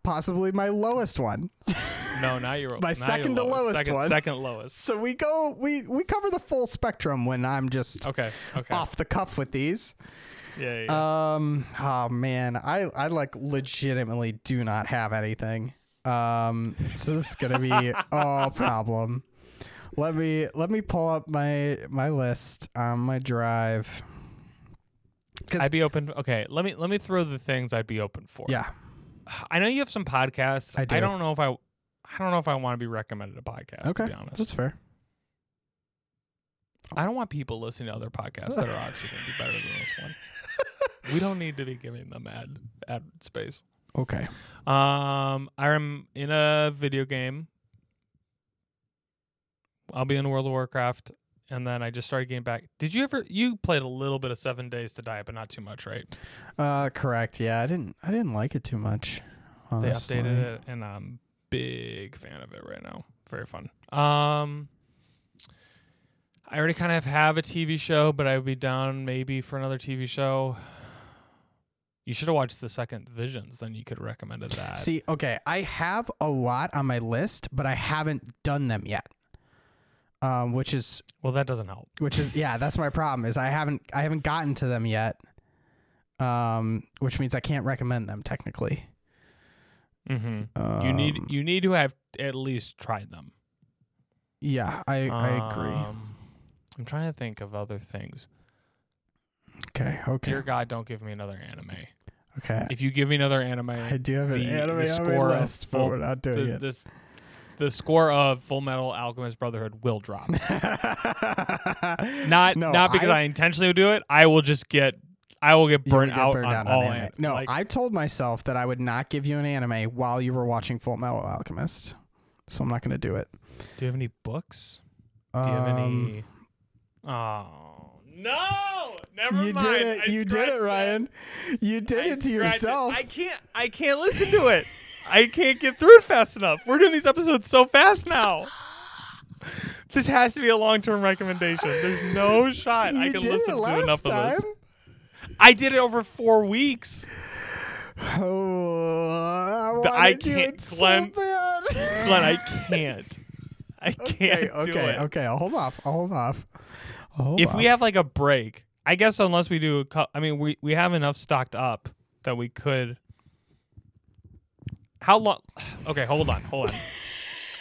possibly my lowest one.
No, not your
My
not your
second to lowest
second,
one.
Second lowest.
So we go we we cover the full spectrum when I'm just
Okay. Okay.
off the cuff with these.
Yeah. yeah, yeah.
Um, oh man, I I like legitimately do not have anything. Um, so this is gonna be a problem. Let me let me pull up my my list on my drive. 'cause-
I'd be open. Okay. Let me let me throw the things I'd be open for.
Yeah,
I know you have some podcasts.
I do.
not know if I. I don't know if I want to be recommended a podcast.
okay,
To be honest,
that's fair.
I don't want people listening to other podcasts that are obviously going to be better than this one. We don't need to be giving them ad ad space.
Okay,
Um, I'm in a video game. I'll be in World of Warcraft, and then I just started getting back. Did you ever? You played a little bit of Seven Days to Die, but not too much, right?
Uh, correct. Yeah, I didn't. I didn't like it too much.
They
Honestly.
updated it, and I'm big fan of it right now. Very fun. Um, I already kind of have a TV show, but I would be down maybe for another TV show. You should have watched the second Visions, then you could have recommended that.
See, okay, I have a lot on my list, but I haven't done them yet. Um, which is
well, that doesn't help.
which is yeah that's my problem is i haven't i haven't gotten to them yet um which means i can't recommend them technically
Mm-hmm. you need
Um,
you need to have at least tried them.
yeah i i agree
Um, I'm trying to think of other things.
okay okay
Dear God, don't give me another anime.
okay
If you give me another anime,
i do have an
the-
anime
the
on
score
my
of
list but
Full-
we're not doing
the,
it
this the score of Full Metal Alchemist Brotherhood will drop. Not
No,
not because I, intentionally would do it. I will just get I will get
you would
burnt
get
out
burned
on
out
all
anime.
anime.
no
Like,
i told myself that i would not give you an anime while you were watching full metal alchemist so i'm not going to do it
do you have any books? Do you have
Um,
any? Oh no! Never
you
mind.
did it
I
you did
scratched
it
that.
ryan you did
I
it to
scratched
yourself
I can't. I can't listen to it. I can't get through it fast enough. We're doing these episodes so fast now. This has to be a long-term recommendation. There's no shot I
You
can
did
listen
it
to
last
enough
time.
of this. I did it over four weeks.
Oh, I
The- I
wanted you
can't-
it so
Glenn-
bad.
Glenn, I can't. I can't
okay, okay,
do it.
okay. I'll hold off. I'll hold off. I'll hold
If we
off.
have like a break, I guess unless we do a cou- I mean, we we have enough stocked up that we could. How long? Okay, hold on, hold on.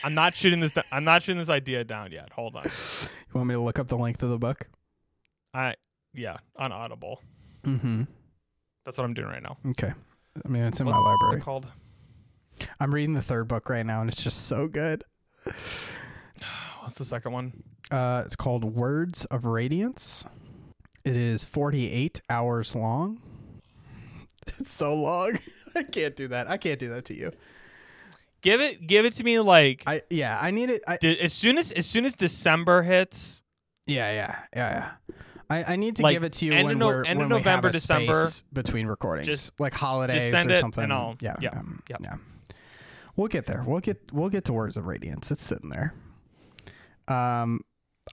I'm not shooting this. d- I'm not shooting this idea down yet. Hold on.
you want me to look up the length of the book?
I yeah, on Audible.
Mm-hmm.
That's what I'm doing right now.
Okay. I mean, it's in my
What- what's it
library.
called?
I'm reading the third book right now, and it's just so good.
Oh, What's the second one?
Uh, it's called Words of Radiance. It is 48 hours long. It's so long. I can't do that. I can't do that to you.
Give it. Give it to me like
I yeah. I need it. I,
d- as soon as as soon as December hits.
Yeah, yeah, yeah, yeah. I, I need to
Like,
give it to you
end
when
of No-
we're
end
when
of
we have
November,
a
December.
space between recordings,
Just-
like holidays
send
or
it
something.
and I'll-
yeah, um,
yeah,
yeah,
yeah.
yeah. We'll get there. We'll get we'll get to Words of Radiance. It's sitting there. Um.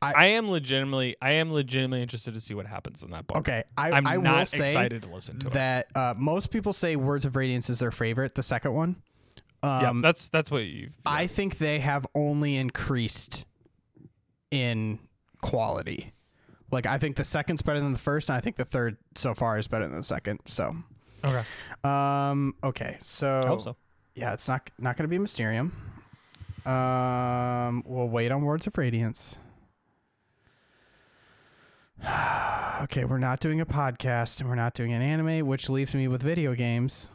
I am legitimately. I am legitimately interested to see what happens in that book.
Okay. I
I'm
I
not
will say
excited to listen to it.
that uh, most people say Words of Radiance is their favorite, the second one. Um,
yeah, that's that's what you've.
I think they have only increased in quality. Like I think the second's better than the first, and I think the third so far is better than the second. So,
Okay.
um, okay, so,
I hope so.
yeah, it's not not gonna be Mysterium. Um, we'll wait on Words of Radiance. okay, we're not doing a podcast and we're not doing an anime, which leaves me with video games.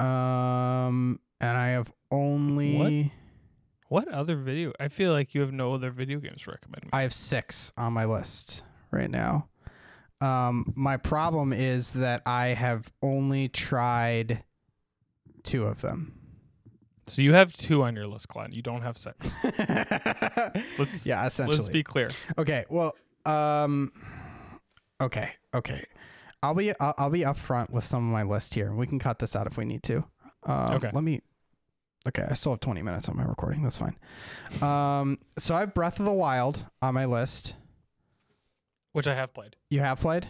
Um, and I have only.
What other video? I feel like you have no other video games to recommend. Me.
I have six on my list right now. Um, my problem is that I have only tried two of them.
so you have two on your list, Glenn. You don't have six. Let's
yeah, essentially.
let's be clear.
okay, well, um, okay, okay. I'll be I'll, I'll be upfront with some of my list here. We can cut this out if we need to. Um,
Okay.
Let me. Okay, I still have 20 minutes on my recording. That's fine. Um, so I have Breath of the Wild on my list.
Which I have played.
You have played?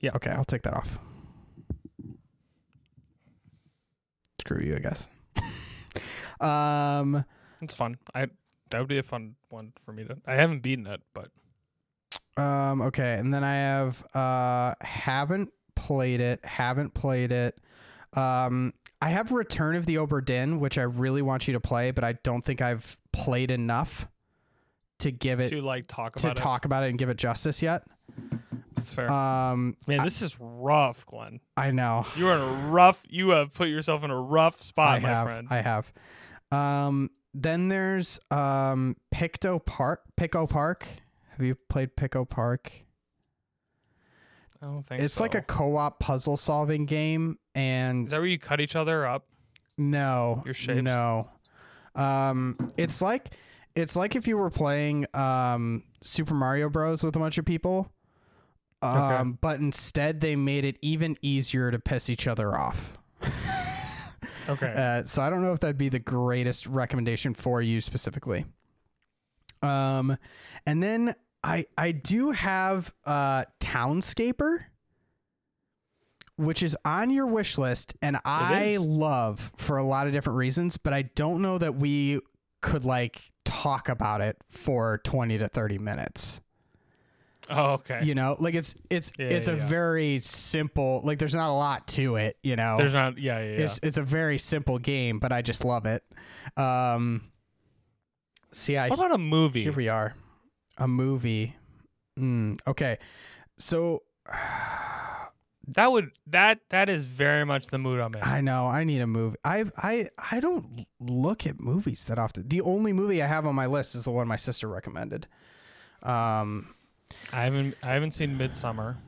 Yeah.
Okay, I'll take that off. Screw you, I guess. um
It's fun. I that would be a fun one for me to. I haven't beaten it, but
um okay, and then I have uh haven't played it, haven't played it. Um I have Return of the Oberdin, which I really want you to play, but I don't think I've played enough to give it
to like talk
to
about it,
talk about it and give it justice yet.
that's fair.
Um
Man, this is rough, Glenn.
I know.
You are in a rough. You have put yourself in a rough spot,
I
my
have.
friend.
I have. Um, then there's um, Picto Park. Pico Park. Have you played Pico Park?
I don't think
It's like a
so.
co-op puzzle solving game,
Is
and
that where you cut each other up?
no,
Your shapes?
no. Um, it's like It's like if you were playing um, Super Mario Bros with a bunch of people, um, but instead they made it even easier to piss each other off.
Okay.
Uh, so I don't know if that'd be the greatest recommendation for you specifically. Um, and then I I do have uh Townscaper, which is on your wish list, and I
is.
love for a lot of different reasons, but I don't know that we could like talk about it for twenty to thirty minutes.
oh, okay.
You know, like it's it's
Yeah,
it's
yeah,
a
yeah.
very simple like there's not a lot to it. You know,
There's not. Yeah, yeah. yeah.
it's it's a very simple game, but I just love it. Um, see, I
What about a movie?
here we are, a movie. Mm, okay, so
That would that that is very much the mood I'm in.
I know I need a movie. I I I don't look at movies that often. The only movie I have on my list is the one my sister recommended. Um,
I haven't I haven't seen Midsummer,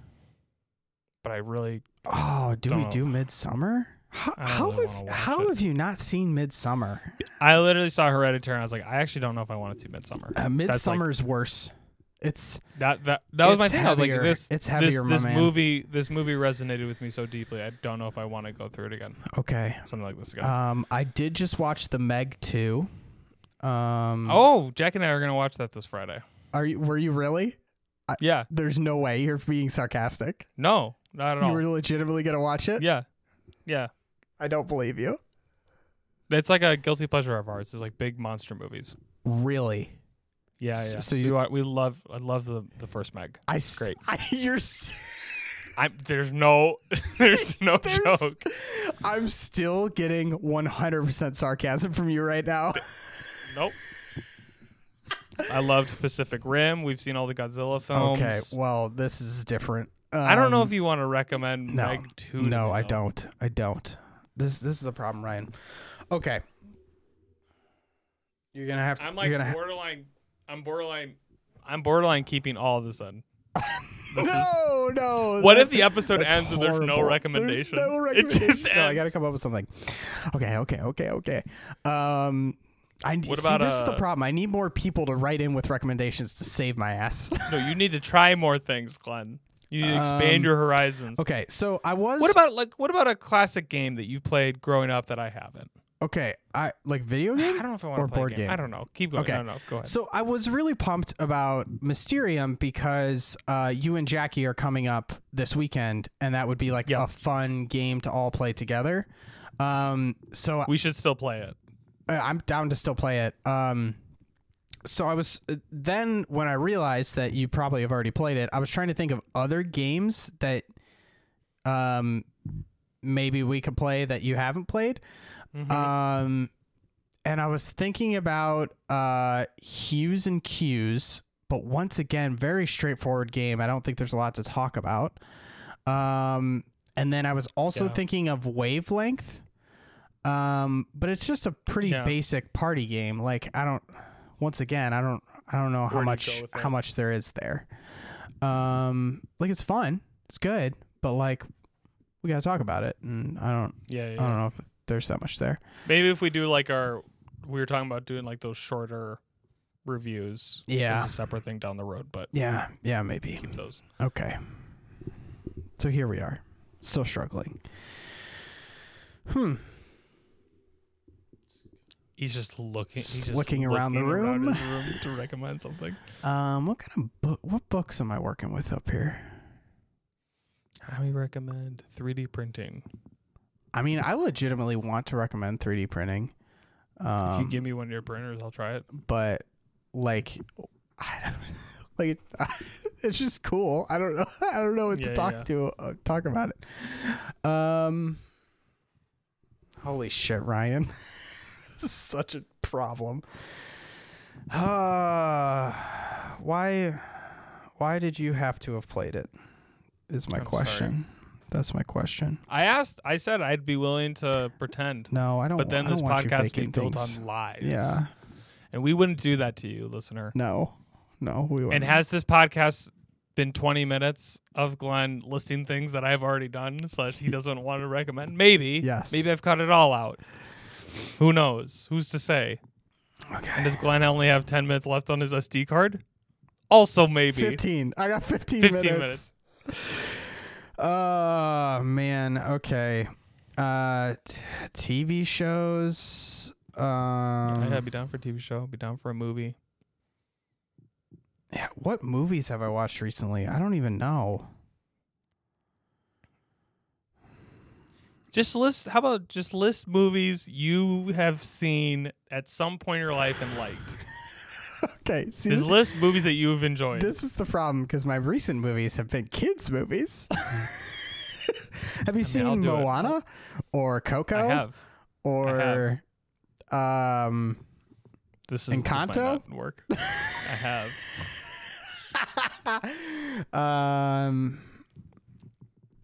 but I really
oh, do we
Don't-
do Midsummer? How,
I don't
how
really
have
wanna watch
how
it.
have you not seen Midsummer?
I literally saw Hereditary. and I was like, I actually don't know if I want to see Midsummer.
Uh,
That's like-
Midsummer's worse. It's
that that that was
It's
my thing. I was like,
heavier.
this
It's heavier,
this,
my
this
man.
movie this movie resonated with me so deeply. I don't know if I want to go through it again.
okay.
Something like this again.
Um, I did just watch the Meg two. Um,
oh, Jack and I are gonna watch that this Friday.
are you? Were you really?
Yeah.
There's no way you're being sarcastic.
No, not at
You
all.
were legitimately gonna watch it.
yeah, yeah.
I don't believe you.
It's like a guilty pleasure of ours. It's like big monster movies.
Really?
Yeah,
S-
yeah.
so
So
you-
you, are, we love I love the the first Meg.
I s-
Great.
I, you're. s-
I'm there's no there's no
There's-
joke.
I'm still getting 100% sarcasm from you right now.
Nope. I loved Pacific Rim. We've seen all the Godzilla films.
Okay. Well, Um, this is different.
I don't know
Um,
if you want to recommend
no,
Meg 2. to
No,
me,
I
though.
don't. I don't. This this is the problem, Ryan. Okay. You're gonna have to.
I'm like
you're gonna ha-
borderline I'm borderline I'm borderline keeping all of this in. This is-
no, no.
what
that-
if the episode
that's
ends and there's no
horrible.
recommendation?
There's no
It just
recommendation.
ends.
No, I gotta come up with something. Okay, okay, okay, okay. Um, I
What
see,
about,
this is the
uh,
problem. I need more people to write in with recommendations to save my ass.
No, you need to try more things, Glenn. You need to expand
Um,
your horizons.
okay, so I was.
What about like what about a classic game that you've played growing up that I haven't?
Okay, I like video
I
game.
don't know if I want
Or
to play
board
a game.
game.
I don't know. Keep going.
Okay.
No, no, go ahead.
So I was really pumped about Mysterium because uh, you and Jackie are coming up this weekend, and that would be like
Yep.
a fun game to all play together. Um, so
we should still play it.
I- I'm down to still play it. Um, so I was uh, then when I realized that you probably have already played it, I was trying to think of other games that um maybe we could play that you haven't played.
Mm-hmm.
Um, and I was thinking about uh, hues and cues, but once again, very straightforward game. I don't think there's a lot to talk about. Um, and then I was also
Yeah.
thinking of wavelength, um, but it's just a pretty
Yeah.
basic party game. Like I don't. Once again, I don't. I don't know how
Where do you
much
go with
how
it?
much there is there. Um, like it's fun, it's good, but like we gotta talk about it, and I don't.
Yeah, yeah.
I don't know if there's that much there.
Maybe if we do like our, we were talking about doing like those shorter reviews.
Yeah.
it's a separate thing down the road, but
Yeah, yeah, maybe.
keep those.
Okay. So here we are, still struggling. Hmm.
He's just looking. He's
Just
just
looking around the
looking around
room.
his room to recommend something.
Um. What kind of book? What books am I working with up here?
I would recommend 3D printing.
I mean, I legitimately want to recommend 3D printing. Um,
if you give me one of your printers, I'll try it.
but like, I don't like. it's just cool. I don't know. I don't know what to
Yeah,
talk
yeah.
to. Uh, talk about it. Um. Holy shit, Ryan! this is such a problem. Uh, why? Why did you have to have played it? Is my
I'm sorry.
question. That's my question.
I asked. I said I'd be willing to pretend,
No, I don't.
but then
I don't
this
want you
podcast would be
faking
built
things.
on lies.
Yeah.
and we wouldn't do that to you, listener.
No, no, we won't.
And has this podcast been 20 minutes of Glenn listing things that I've already done, slash, he doesn't want to recommend? Maybe.
Yes.
Maybe I've cut it all out. Who knows? Who's to say? And does Glenn only have 10 minutes left on his SD card? Also, maybe.
15. I got 15,
15
minutes.
minutes.
Oh, man. Okay. Uh, t- TV shows. Um,
I'd be down for a TV show, be down for a movie.
yeah, what movies have I watched recently? I don't even know.
Just list, how about just list movies you have seen at some point in your life and liked?
Okay. See,
Just
this,
list movies that you've enjoyed.
this is the problem because my recent movies have been kids' movies. have you
I'll
seen
do it.
Moana or Coco
I have.
or um?
This is this might
Encanto?
not work. I have.
um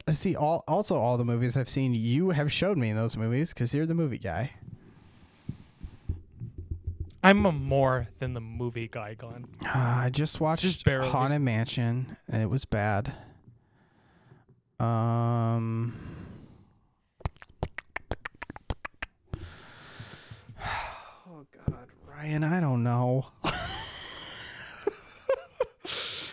I see all also all the movies I've seen you have showed me in those movies cuz you're the movie guy.
I'm a more than the movie guy, Glenn.
Uh, I just watched
Just barely.
Haunted Mansion and it was bad. Um Oh god, Ryan, I don't know.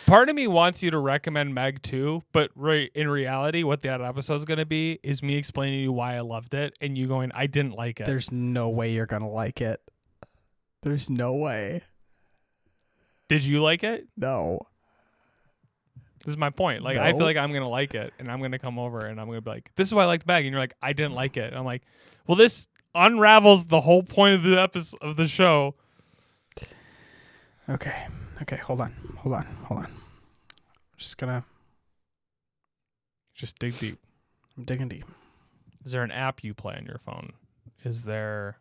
Part of me wants you to recommend Meg 2, but re- in reality, what that episode's going to be is me explaining to you why I loved it and you going, I didn't like it.
There's no way you're going to like it. There's no way.
Did you like it?
No.
This is my point. Like, I feel
No.
like I'm going to like it and I'm going to come over and I'm going to be like, this is why I liked Meg. And you're like, I didn't like it. And I'm like, well, this unravels the whole point of the episode of the show.
Okay. Okay. Hold on. Hold on. Hold on. I'm just gonna.
Just dig deep.
I'm digging deep.
Is there an app you play on your phone? Is there.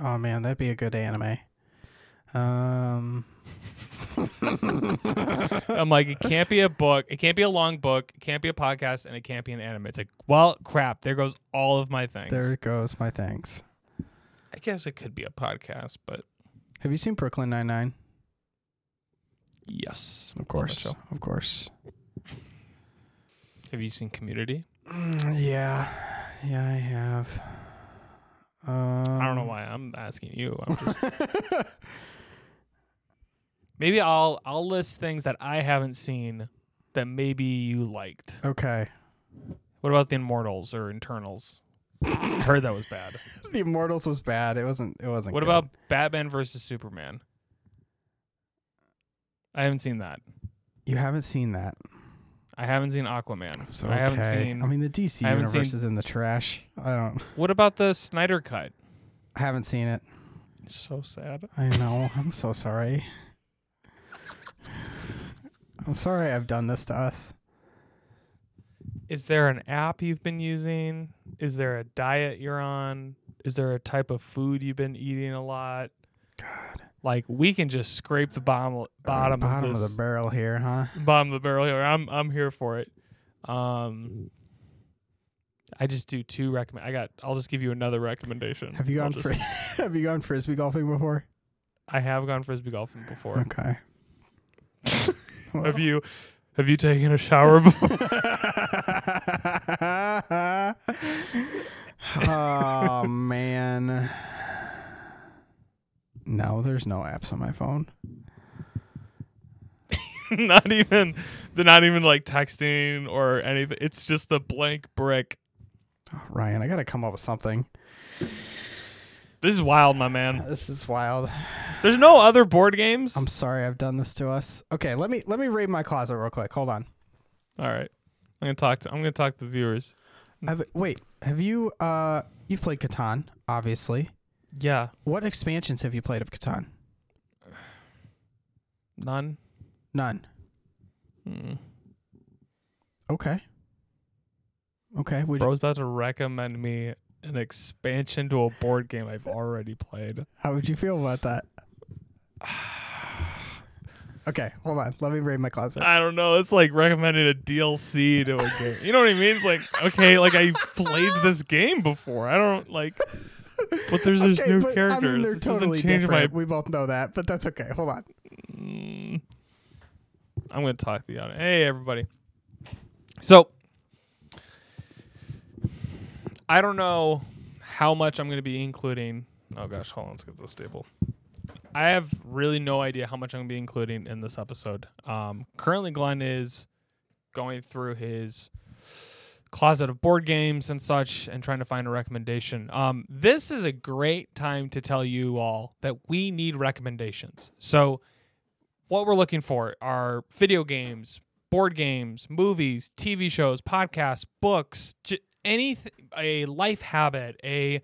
Oh man, that'd be a good anime. Um.
I'm like, it can't be a book. It can't be a long book. It can't be a podcast, and it can't be an anime. It's like, well, crap. There goes all of my things.
there goes my thanks.
I guess it could be a podcast, but
Have you seen Brooklyn Nine Nine?
yes,
Of
Love that
course.
show.
Of course.
Have you seen Community?
Mm, yeah. Yeah, I have. Um,
I don't know why I'm asking you. I'm just maybe I'll I'll list things that I haven't seen that maybe you liked.
okay.
What about the Immortals or Internals? I heard that was bad.
The Immortals was bad. It wasn't. It wasn't.
What
good.
about Batman versus Superman? I haven't seen that.
you? Haven't seen that.
I haven't seen Aquaman.
So
I haven't
okay.
seen.
I mean, the DC
I haven't
universe
seen-
is in the trash. I don't.
what about the Snyder cut?
I haven't seen it.
It's so sad.
I know. I'm so sorry. I'm sorry I've done this to us.
Is there an app you've been using? Is there a diet you're on? Is there a type of food you've been eating a lot?
God.
Like we can just scrape the bottom bottom,
bottom
of,
of,
this,
the barrel here, huh?
bottom of the barrel here. I'm I'm here for it. Um I just do two recommend I got I'll just give you another recommendation.
Have you
I'll
gone
just-
fri- Have you gone frisbee golfing before?
I have gone frisbee golfing before.
Okay.
have you have you taken a shower before?
oh man. No, there's no apps on my phone.
not even they're not even like texting or anything. It's just a blank brick.
Oh, Ryan, I got to come up with something.
This is wild, my man.
This is wild.
There's no other board games.
I'm sorry I've done this to us. Okay, let me let me raid my closet real quick. Hold on.
All right, I'm gonna talk. To, I'm gonna talk to the viewers.
Have, wait, have you uh you've played Catan, obviously.
Yeah,
What expansions have you played of Catan?
none.
None.
Mm.
Okay. Okay. Would
Bro's about to recommend me an expansion to a board game I've already played.
how would you feel about that? okay, hold on. Let me raid my closet.
I don't know. It's like recommending a DLC to a game. You know what I mean? It's like okay, like I played this game before. I don't like, but there's there's
Okay,
new
but,
characters.
I mean, they're
This doesn't
totally
change
different.
my
We both know that, but that's okay. Hold on.
Mm. I'm going to talk to the audience. Hey, everybody. So, I don't know how much I'm going to be including Oh gosh, hold on, let's get this stable. I have really no idea how much I'm gonna be including in this episode. Um, currently, Glenn is going through his closet of board games and such and trying to find a recommendation. Um, this is a great time to tell you all that we need recommendations. So, what we're looking for are video games, board games, movies, TV shows, podcasts, books, j- anything, a life habit, a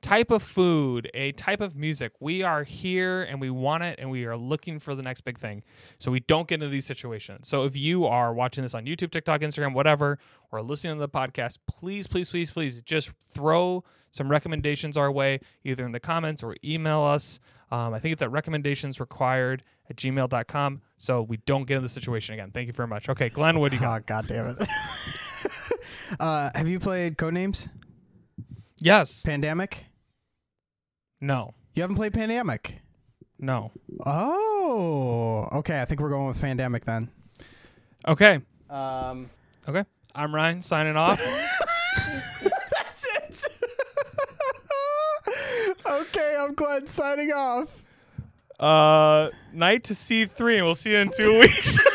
type of food, a type of music. We are here and we want it and we are looking for the next big thing. So we don't get into these situations. So if you are watching this on YouTube, TikTok, Instagram, whatever, or listening to the podcast, please, please, please, please just throw some recommendations our way, either in the comments or email us. Um, I think it's at recommendationsrequired at gmail.com. So we don't get in the situation again. Thank you very much. Okay, Glenn, what do you got?
Oh god damn it. uh, have you played Codenames?
Yes.
Pandemic?
No.
You haven't played Pandemic?
No.
Oh, okay. I think we're going with Pandemic then.
Okay.
Um,
Okay. I'm Ryan signing off.
that's it. okay, I'm Glenn signing off.
uh, night to C3, and we'll see you in two weeks.